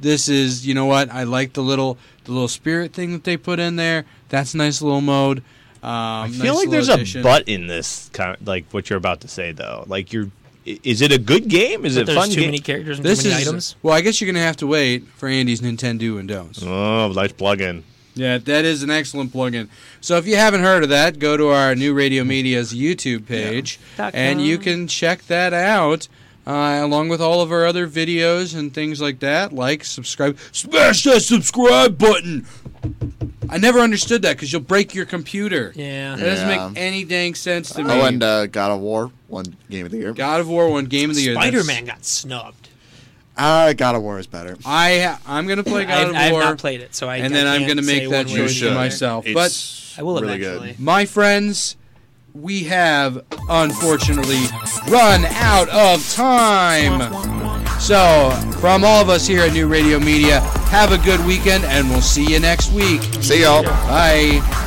Speaker 1: This is, you know what? I like the little the little spirit thing that they put in there. That's a nice little mode. Um, I
Speaker 3: I feel like there's a but in this kind of, like what you're about to say though. Like you're i- is it a good game? Is
Speaker 2: But
Speaker 3: it
Speaker 2: there's
Speaker 3: fun
Speaker 2: too
Speaker 3: game?
Speaker 2: many characters and
Speaker 1: This
Speaker 2: too many
Speaker 1: is
Speaker 2: items.
Speaker 1: well. I guess you're gonna have to wait for Andy's Nintendo and don'ts.
Speaker 3: oh, nice plug-in.
Speaker 1: Yeah, that is an excellent plug-in. So if you haven't heard of that, go to our new Radio Media's YouTube page,
Speaker 2: Dot
Speaker 1: and you
Speaker 2: com.
Speaker 1: can check that out, uh, along with all of our other videos and things like that. Like, subscribe, smash that subscribe button. I never understood that because you'll break your computer.
Speaker 2: Yeah.
Speaker 1: that doesn't
Speaker 5: Yeah.
Speaker 1: make any dang sense to me.
Speaker 5: Oh, and uh, God of War, one game of the year.
Speaker 1: God of War one game of the year.
Speaker 2: Spider
Speaker 1: That's-
Speaker 2: Man got snubbed.
Speaker 5: Ah, God of War is better.
Speaker 1: I I'm gonna play God
Speaker 2: I,
Speaker 1: of
Speaker 2: I have
Speaker 1: War,
Speaker 2: not played it, so I
Speaker 1: and
Speaker 2: I
Speaker 1: then I'm
Speaker 2: can't
Speaker 1: gonna
Speaker 2: say
Speaker 1: make that
Speaker 2: one way or
Speaker 1: choice
Speaker 2: the
Speaker 1: for
Speaker 2: other.
Speaker 1: myself. but
Speaker 5: It's
Speaker 2: I will
Speaker 5: really
Speaker 2: eventually.
Speaker 5: good.
Speaker 1: My friends, we have unfortunately run out of time. So, from all of us here at New Radio Media, have a good weekend and we'll see you next week.
Speaker 5: See y'all.
Speaker 1: Bye.